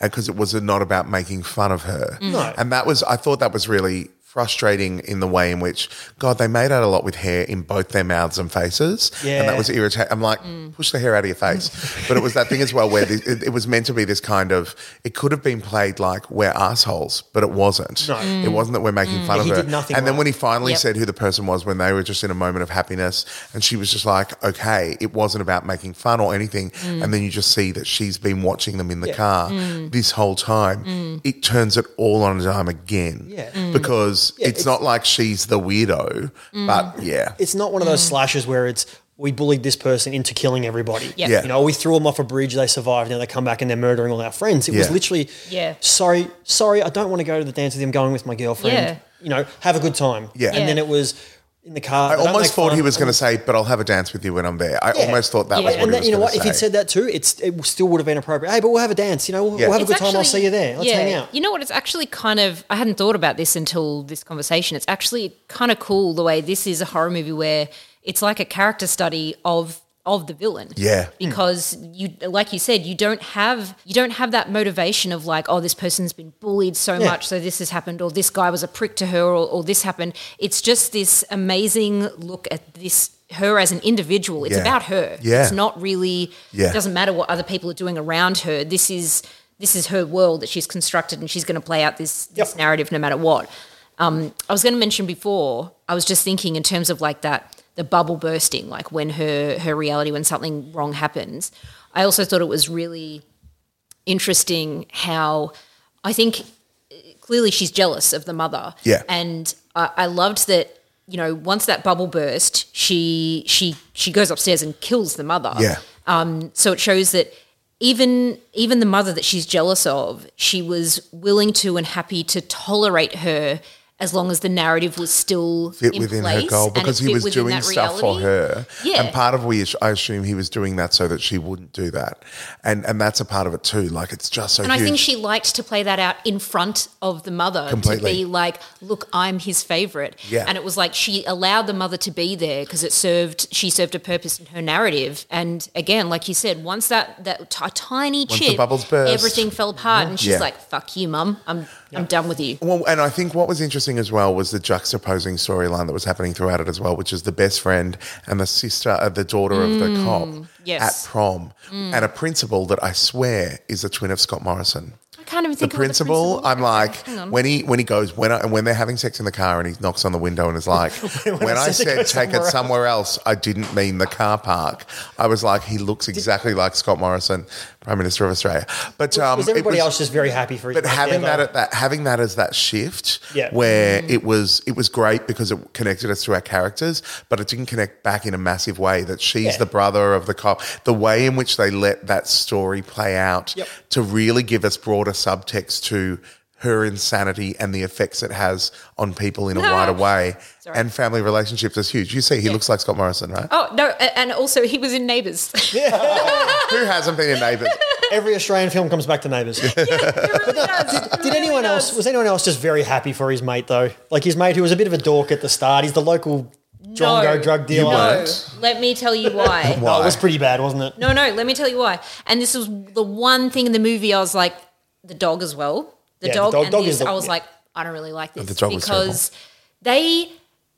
because it was not about making fun of her. Mm. No. And that was, I thought that was really frustrating in the way in which, God, they made out a lot with hair in both their mouths and faces. And that Yeah. was irritating. I'm like, Mm. push the hair out of your face. but it was that thing as well where the, it, it was meant to be this kind of, it could have been played like we're assholes, but it wasn't. No. Mm. It wasn't that we're making fun of he her. did nothing and then wrong. when he finally Yep. said who the person was when they were just in a moment of happiness and she was just like okay it wasn't about making fun or anything and then you just see that she's been watching them in the car this whole time it turns it all on a dime again Mm. Yeah. because it's, it's- not like she's the weirdo but yeah it's not one of those Mm. slashes where it's we bullied this person into killing everybody. Yeah. Yeah. You know, we threw them off a bridge, they survived, now they come back and they're murdering all our friends. It was Yeah. literally Yeah. sorry, sorry, I don't want to go to the dance with you, I'm going with my girlfriend. Yeah. You know, have a good time. Yeah. And then Yeah. it was in the car. I almost thought he was going to say, "But I'll have a dance with you when I'm there." I almost thought that Yeah. was what and he that, was you know gonna what? If he'd say. said that too, it's it still would have been appropriate. Hey, but we'll have a dance. You know, we'll, Yeah. we'll have a It's good time. I'll actually- see you there. Let's yeah. hang out. You know what? It's actually kind of. I hadn't thought about this until this conversation. It's actually kind of cool the way this is a horror movie where it's like a character study of of the villain. Yeah. Hmm. Because you, like you said, you don't have you don't have that motivation of like, oh, this person's been bullied so Yeah. much, so this has happened, or this guy was a prick to her, or, or this happened. It's just this amazing look at this her as an individual. It's Yeah. about her. Yeah. It's not really. Yeah. Doesn't matter what other people are doing around her. This is this is her world that she's constructed, and she's going to play out this this Yep. narrative no matter what. Um, I was going to mention before. I was just thinking in terms of like that the bubble bursting, like when her her reality when something wrong happens. I also thought it was really interesting how I think uh, clearly she's jealous of the mother. Yeah. and I, I loved that. You know, once that bubble burst, she she she goes upstairs and kills the mother Um, Yeah, so it shows that even even the mother that she's jealous of she was willing to and happy to tolerate her as long as the narrative was still fit in within place her goal and it because he fit was within doing that stuff for reality. her. Yeah. And part of we I assume he was doing that so that she wouldn't do that. And and that's a part of it too. Like it's just so And huge. I think she liked to play that out in front of the mother Completely. to be like, "Look, I'm his favorite." Yeah. And it was like she allowed the mother to be there because it served she served a purpose in her narrative. And again, like you said, once that that t- tiny Once the chip, bubbles burst. everything fell apart, and she's Yeah. like, "Fuck you, mum. I'm I'm done with you." Well, and I think what was interesting as well was the juxtaposing storyline that was happening throughout it as well, which is the best friend and the sister, uh, the daughter of the cop Mm, yes. Mm. at prom, and a principal that I swear is the twin of Scott Morrison. I can't even The think of principal, the principal. I'm like Hang on. when he when he goes when I, and when they're having sex in the car and he knocks on the window and is like, when, I said to said go take it somewhere somewhere else, I didn't mean the car park. I was like, he looks exactly like Scott Morrison, Prime Minister of Australia. But um, was it everybody was- else just very happy for each but other? having Yeah, that at that having that as that shift Yeah. where it was it was great because it connected us to our characters but it didn't connect back in a massive way that she's Yeah. the brother of the cop the way in which they let that story play out Yep. to really give us broader subtext to her insanity and the effects it has on people in a wider way and family relationships is huge you see he looks like Scott Morrison right Oh no! a- And also, he was in Neighbours. Oh. who hasn't been a neighbor Every Australian film comes back to Neighbours. did, Did anyone else was anyone else just very happy for his mate though? Like his mate who was a bit of a dork at the start. He's the local drongo drug dealer. weren't. Let me tell you why. No, it was pretty bad, wasn't it? No, no, let me tell you why. And this was the one thing in the movie I was like, the dog as well. The Yeah, the dog dog- and dog this, is the- I was yeah. like, I don't really like this. The dog was because they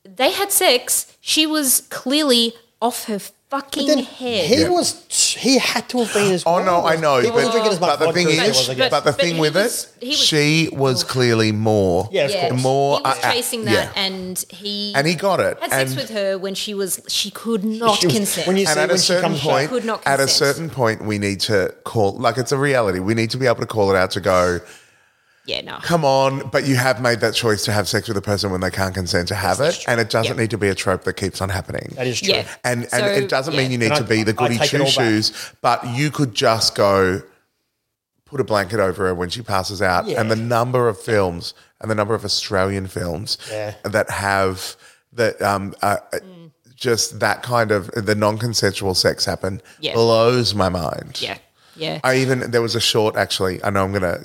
they had sex. She was clearly off her fucking Then head. he was he had to have been as Oh no, well. I know. He wasn't But, drinking as much but the vodka thing as he is, was, I guess. but the But thing he with was- it, he was- she was clearly more. Yeah, of Yeah, course. More, he was uh, uh, chasing yeah. that, and he And he got it, Had sex and- with her when she was she could not She was- consent. when you And see at a when she certain comes point, back. Could not at a consent. certain point, we need to call. Like it's a reality. We need to be able to call it out to go. yeah, no, Come on, but you have made that choice to have sex with a person when they can't consent to have it, and it doesn't Yeah. need to be a trope that keeps on happening. That is true. yeah, and and So, it doesn't yeah. mean you need And to I- be the I goody take it all two back. shoes, but you could just go put a blanket over her when she passes out. And the number of films and the number of Australian films Yeah. that have that um uh, just that kind of the non-consensual sex happen Yeah. blows my mind. yeah, yeah. I even there was a short actually. I know I'm gonna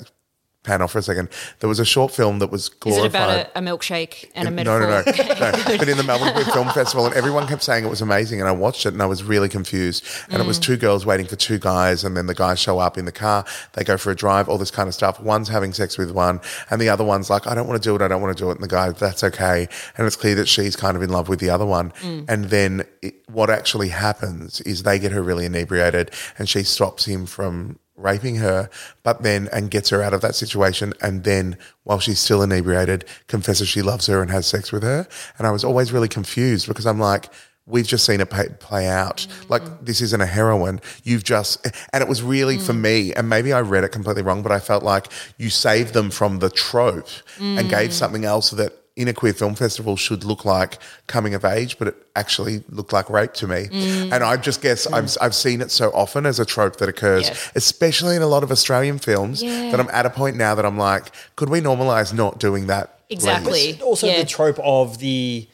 pan off for a second. There was a short film that was Is it glorified. about a, a milkshake and a In- metaphor? No, no, no, no. But in the Melbourne Queer Film Festival, and everyone kept saying it was amazing, and I watched it, and I was really confused. And it was two girls waiting for two guys, and then the guys show up in the car. They go for a drive, all this kind of stuff. One's having sex with one, and the other one's like, "I don't want to do it. I don't want to do it." And the guy, "That's okay." And it's clear that she's kind of in love with the other one. And then it, what actually happens is they get her really inebriated, and she stops him from raping her, but then and gets her out of that situation. And then while she's still inebriated, confesses she loves her and has sex with her. And I was always really confused because I'm like, we've just seen it play, play out. Like, this isn't a heroine. You've just, and it was really for me, and maybe I read it completely wrong, but I felt like you saved them from the trope and gave something else that. In a queer film festival, should look like coming of age, but it actually looked like rape to me. Mm. And I just guess I've, I've seen it so often as a trope that occurs, Yeah. especially in a lot of Australian films, Yeah. that I'm at a point now that I'm like, could we normalize not doing that? Exactly. please? also Yeah. the trope of the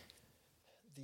the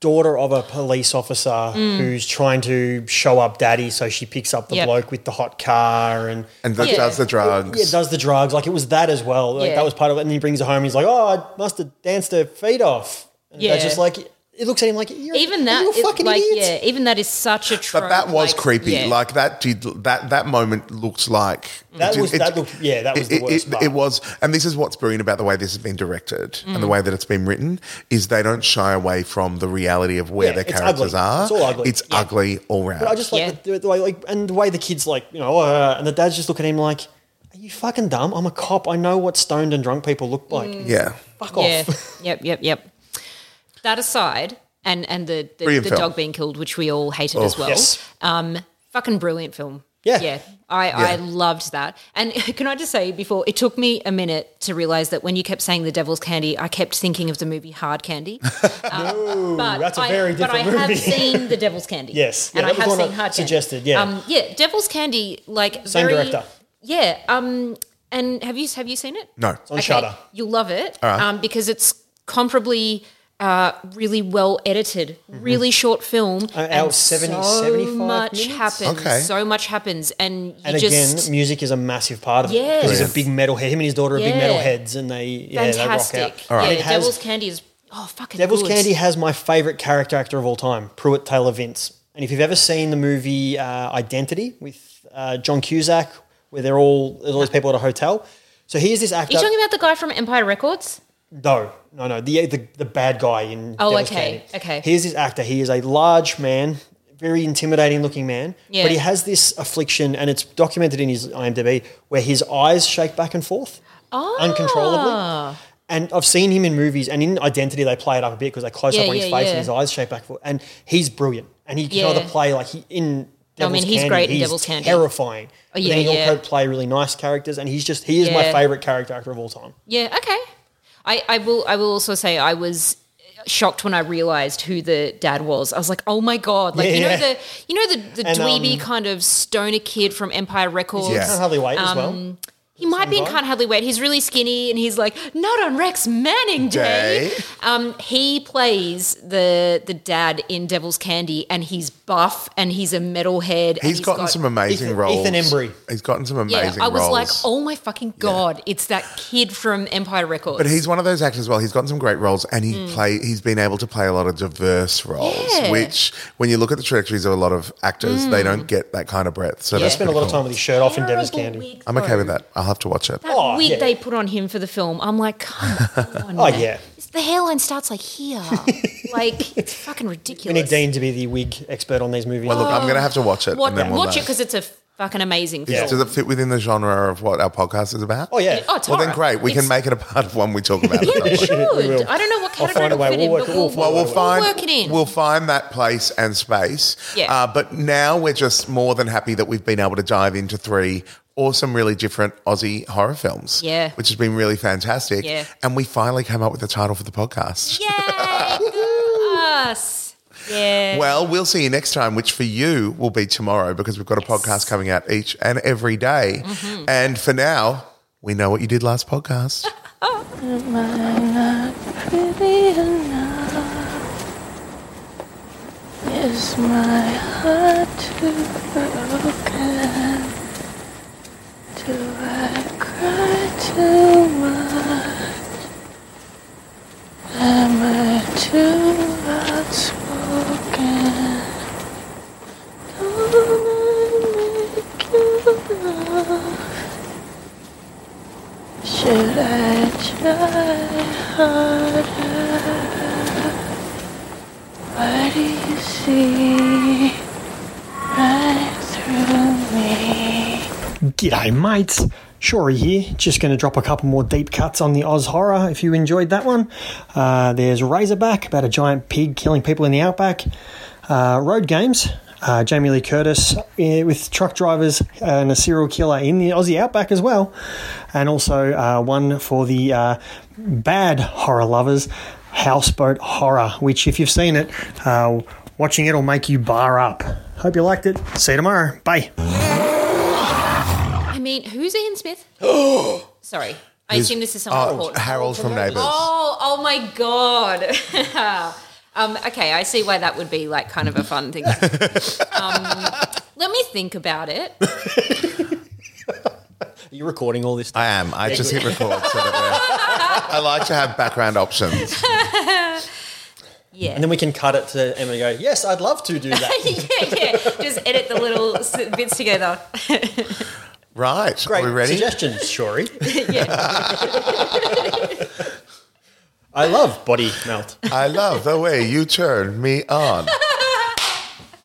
daughter of a police officer who's trying to show up daddy so she picks up the Mm. Yep. bloke with the hot car and And that Yeah. does the drugs. yeah, does the drugs like it was that as well like Yeah. that was part of it and he brings her home and he's like oh I must have danced her feet off and Yeah. that's just like it looks at him like you're, even that, you're a is, fucking like, idiot yeah, even that is such a trope. but that was like, creepy. yeah. Like that did that that moment looked like That did- was- that looked- yeah, that was the it, worst It, part. it was, and this is what's brilliant about the way this has been directed and the Mm. way that it's been written is they don't shy away from the reality of where Yeah, their it's characters ugly. are. It's all ugly. It's ugly all round. But I just like Yeah. the, the way, like, and the way the kids like, you know, uh, and the dad's just looking at him like, "Are you fucking dumb? I'm a cop. I know what stoned and drunk people look like. yeah. Fuck Mm. yeah, off." yep, yep, yep. That aside, and and the the, Brilliant the film. dog being killed, which we all hated as well. Yes. Um, fucking brilliant film. Yeah. yeah. I I loved that. And can I just say before it took me a minute to realize that when you kept saying the devil's candy, I kept thinking of the movie Hard Candy. Um, but that's a I- very different But I movie. have seen the devil's candy. Yes. Yeah, and that I was have one I seen Hard Candy. suggested, yeah. um, yeah. Devil's candy, like Same very- director. Yeah, um, And have you have you seen it? No. It's on Shudder. You'll love it um, because it's comparably uh, really well edited, Mm-hmm. really short film. Uh, out and of 70, so 75 much minutes? happens. Okay. So much happens, and you And again, just music is a massive part of it. Because he's Yes. a big metalhead. Him and his daughter are big Yeah. metalheads, and they yeah fantastic. they rock out. Yeah, And it has- Devil's Candy is oh fucking Devil's good. Candy has my favorite character actor of all time, Pruitt Taylor Vince. And if you've ever seen the movie uh, Identity with uh, John Cusack, where they're all there's all these people at a hotel, so here's this Are actor. you talking about the guy from Empire Records? No, no, no. The the, the bad guy in. Oh, Devil's okay, Candy. okay. Here's this actor. He is a large man, very intimidating looking man. Yeah. But he has this affliction, and it's documented in his IMDb, where his eyes shake back and forth Ah. uncontrollably. And I've seen him in movies, and in Identity, they play it up a bit because they close Yeah, up on his yeah, face yeah. and his eyes shape back and forth. And he's brilliant, and he can Yeah. either play like he in. No, I Devil's mean, he's Candy, great in he's Devil's Candy. Oh, Terrifying. But yeah, then he yeah. also play really nice characters, and he's just he is my Yeah. favorite character actor of all time. Yeah, okay. I, I will I will also say I was shocked when I realized who the dad was. I was like, oh my god. Like Yeah, you know yeah. the you know the, the And, dweeby um, kind of stoner kid from Empire Records. Yeah. Can't hardly wait as well. He might be in guy? Can't Hardly Wait. He's really skinny and he's like, not on Rex Manning Day. Day. Um, he plays the the dad in Devil's Candy and he's buff and he's a metalhead. and he's gotten got- some amazing Ethan- roles. Ethan Embry. He's gotten some Yeah, amazing I was roles. like, oh my fucking god, it's that kid from Empire Records. But he's one of those actors as well. He's gotten some great roles, and he play he's been able to play a lot of diverse roles, Hmm. Yeah. Hmm. which when you look at the trajectories of a lot of actors, they don't get that kind of breadth. So I that's spent a pretty lot of cool. time with his shirt off in Devil's Terrible Candy. wig, I'm okay though. with that. I'll have to watch it. That Oh, wig yeah. they put on him for the film. I'm like, come on. Oh man. yeah, It's- The hairline starts like here. like, it's fucking ridiculous. we need Dean to be the wig expert on these movies. Oh. Well, look, I'm going to have to watch it. Watch, and then we'll watch know. it because it's a fucking amazing Is- film. Does it fit within the genre of what our podcast is about? oh yeah, Oh, it's Well, then horror. great. We It's- can make it a part of one we talk about. Yeah, we at some point. should. We will. I don't know what I'll category find a it'll way. fit We'll in, work but it- we'll we'll, Well, we'll find work it in. we'll find that place and space. Yeah. Uh, but now we're just more than happy that we've been able to dive into three awesome, really different Aussie horror films. Yeah. which has been really fantastic. Yeah. and we finally came up with the title for the podcast. Yay! Good us. Yeah. Well, we'll see you next time, which for you will be tomorrow because we've got a podcast coming out each and every day. Mm-hmm. And for now, we know what you did last podcast. G'day, mates. Shory here. Just going to drop a couple more deep cuts on the Oz horror if you enjoyed that one. Uh, there's Razorback, about a giant pig killing people in the outback. Uh, Road Games, uh, Jamie Lee Curtis uh, with truck drivers and a serial killer in the Aussie outback as well. And also uh, one for the uh, bad horror lovers, Houseboat Horror, which, if you've seen it, uh, watching it will make you bar up. Hope you liked it. See you tomorrow. Bye. I mean, who's Ian Smith? Sorry. I assume this is someone oh, important. Harold from Neighbours. Oh, oh my god. um, okay, I see why that would be like kind of a fun thing. um, let me think about it. Are you recording all this? I am. I just hit record. So that we're- I like to have background options. And then we can cut it to Emma and go, yes, I'd love to do that. yeah, yeah. Just edit the little s- bits together. Right. Great Are we ready? suggestions, Shory. I love body melt. I love the way you turn me on.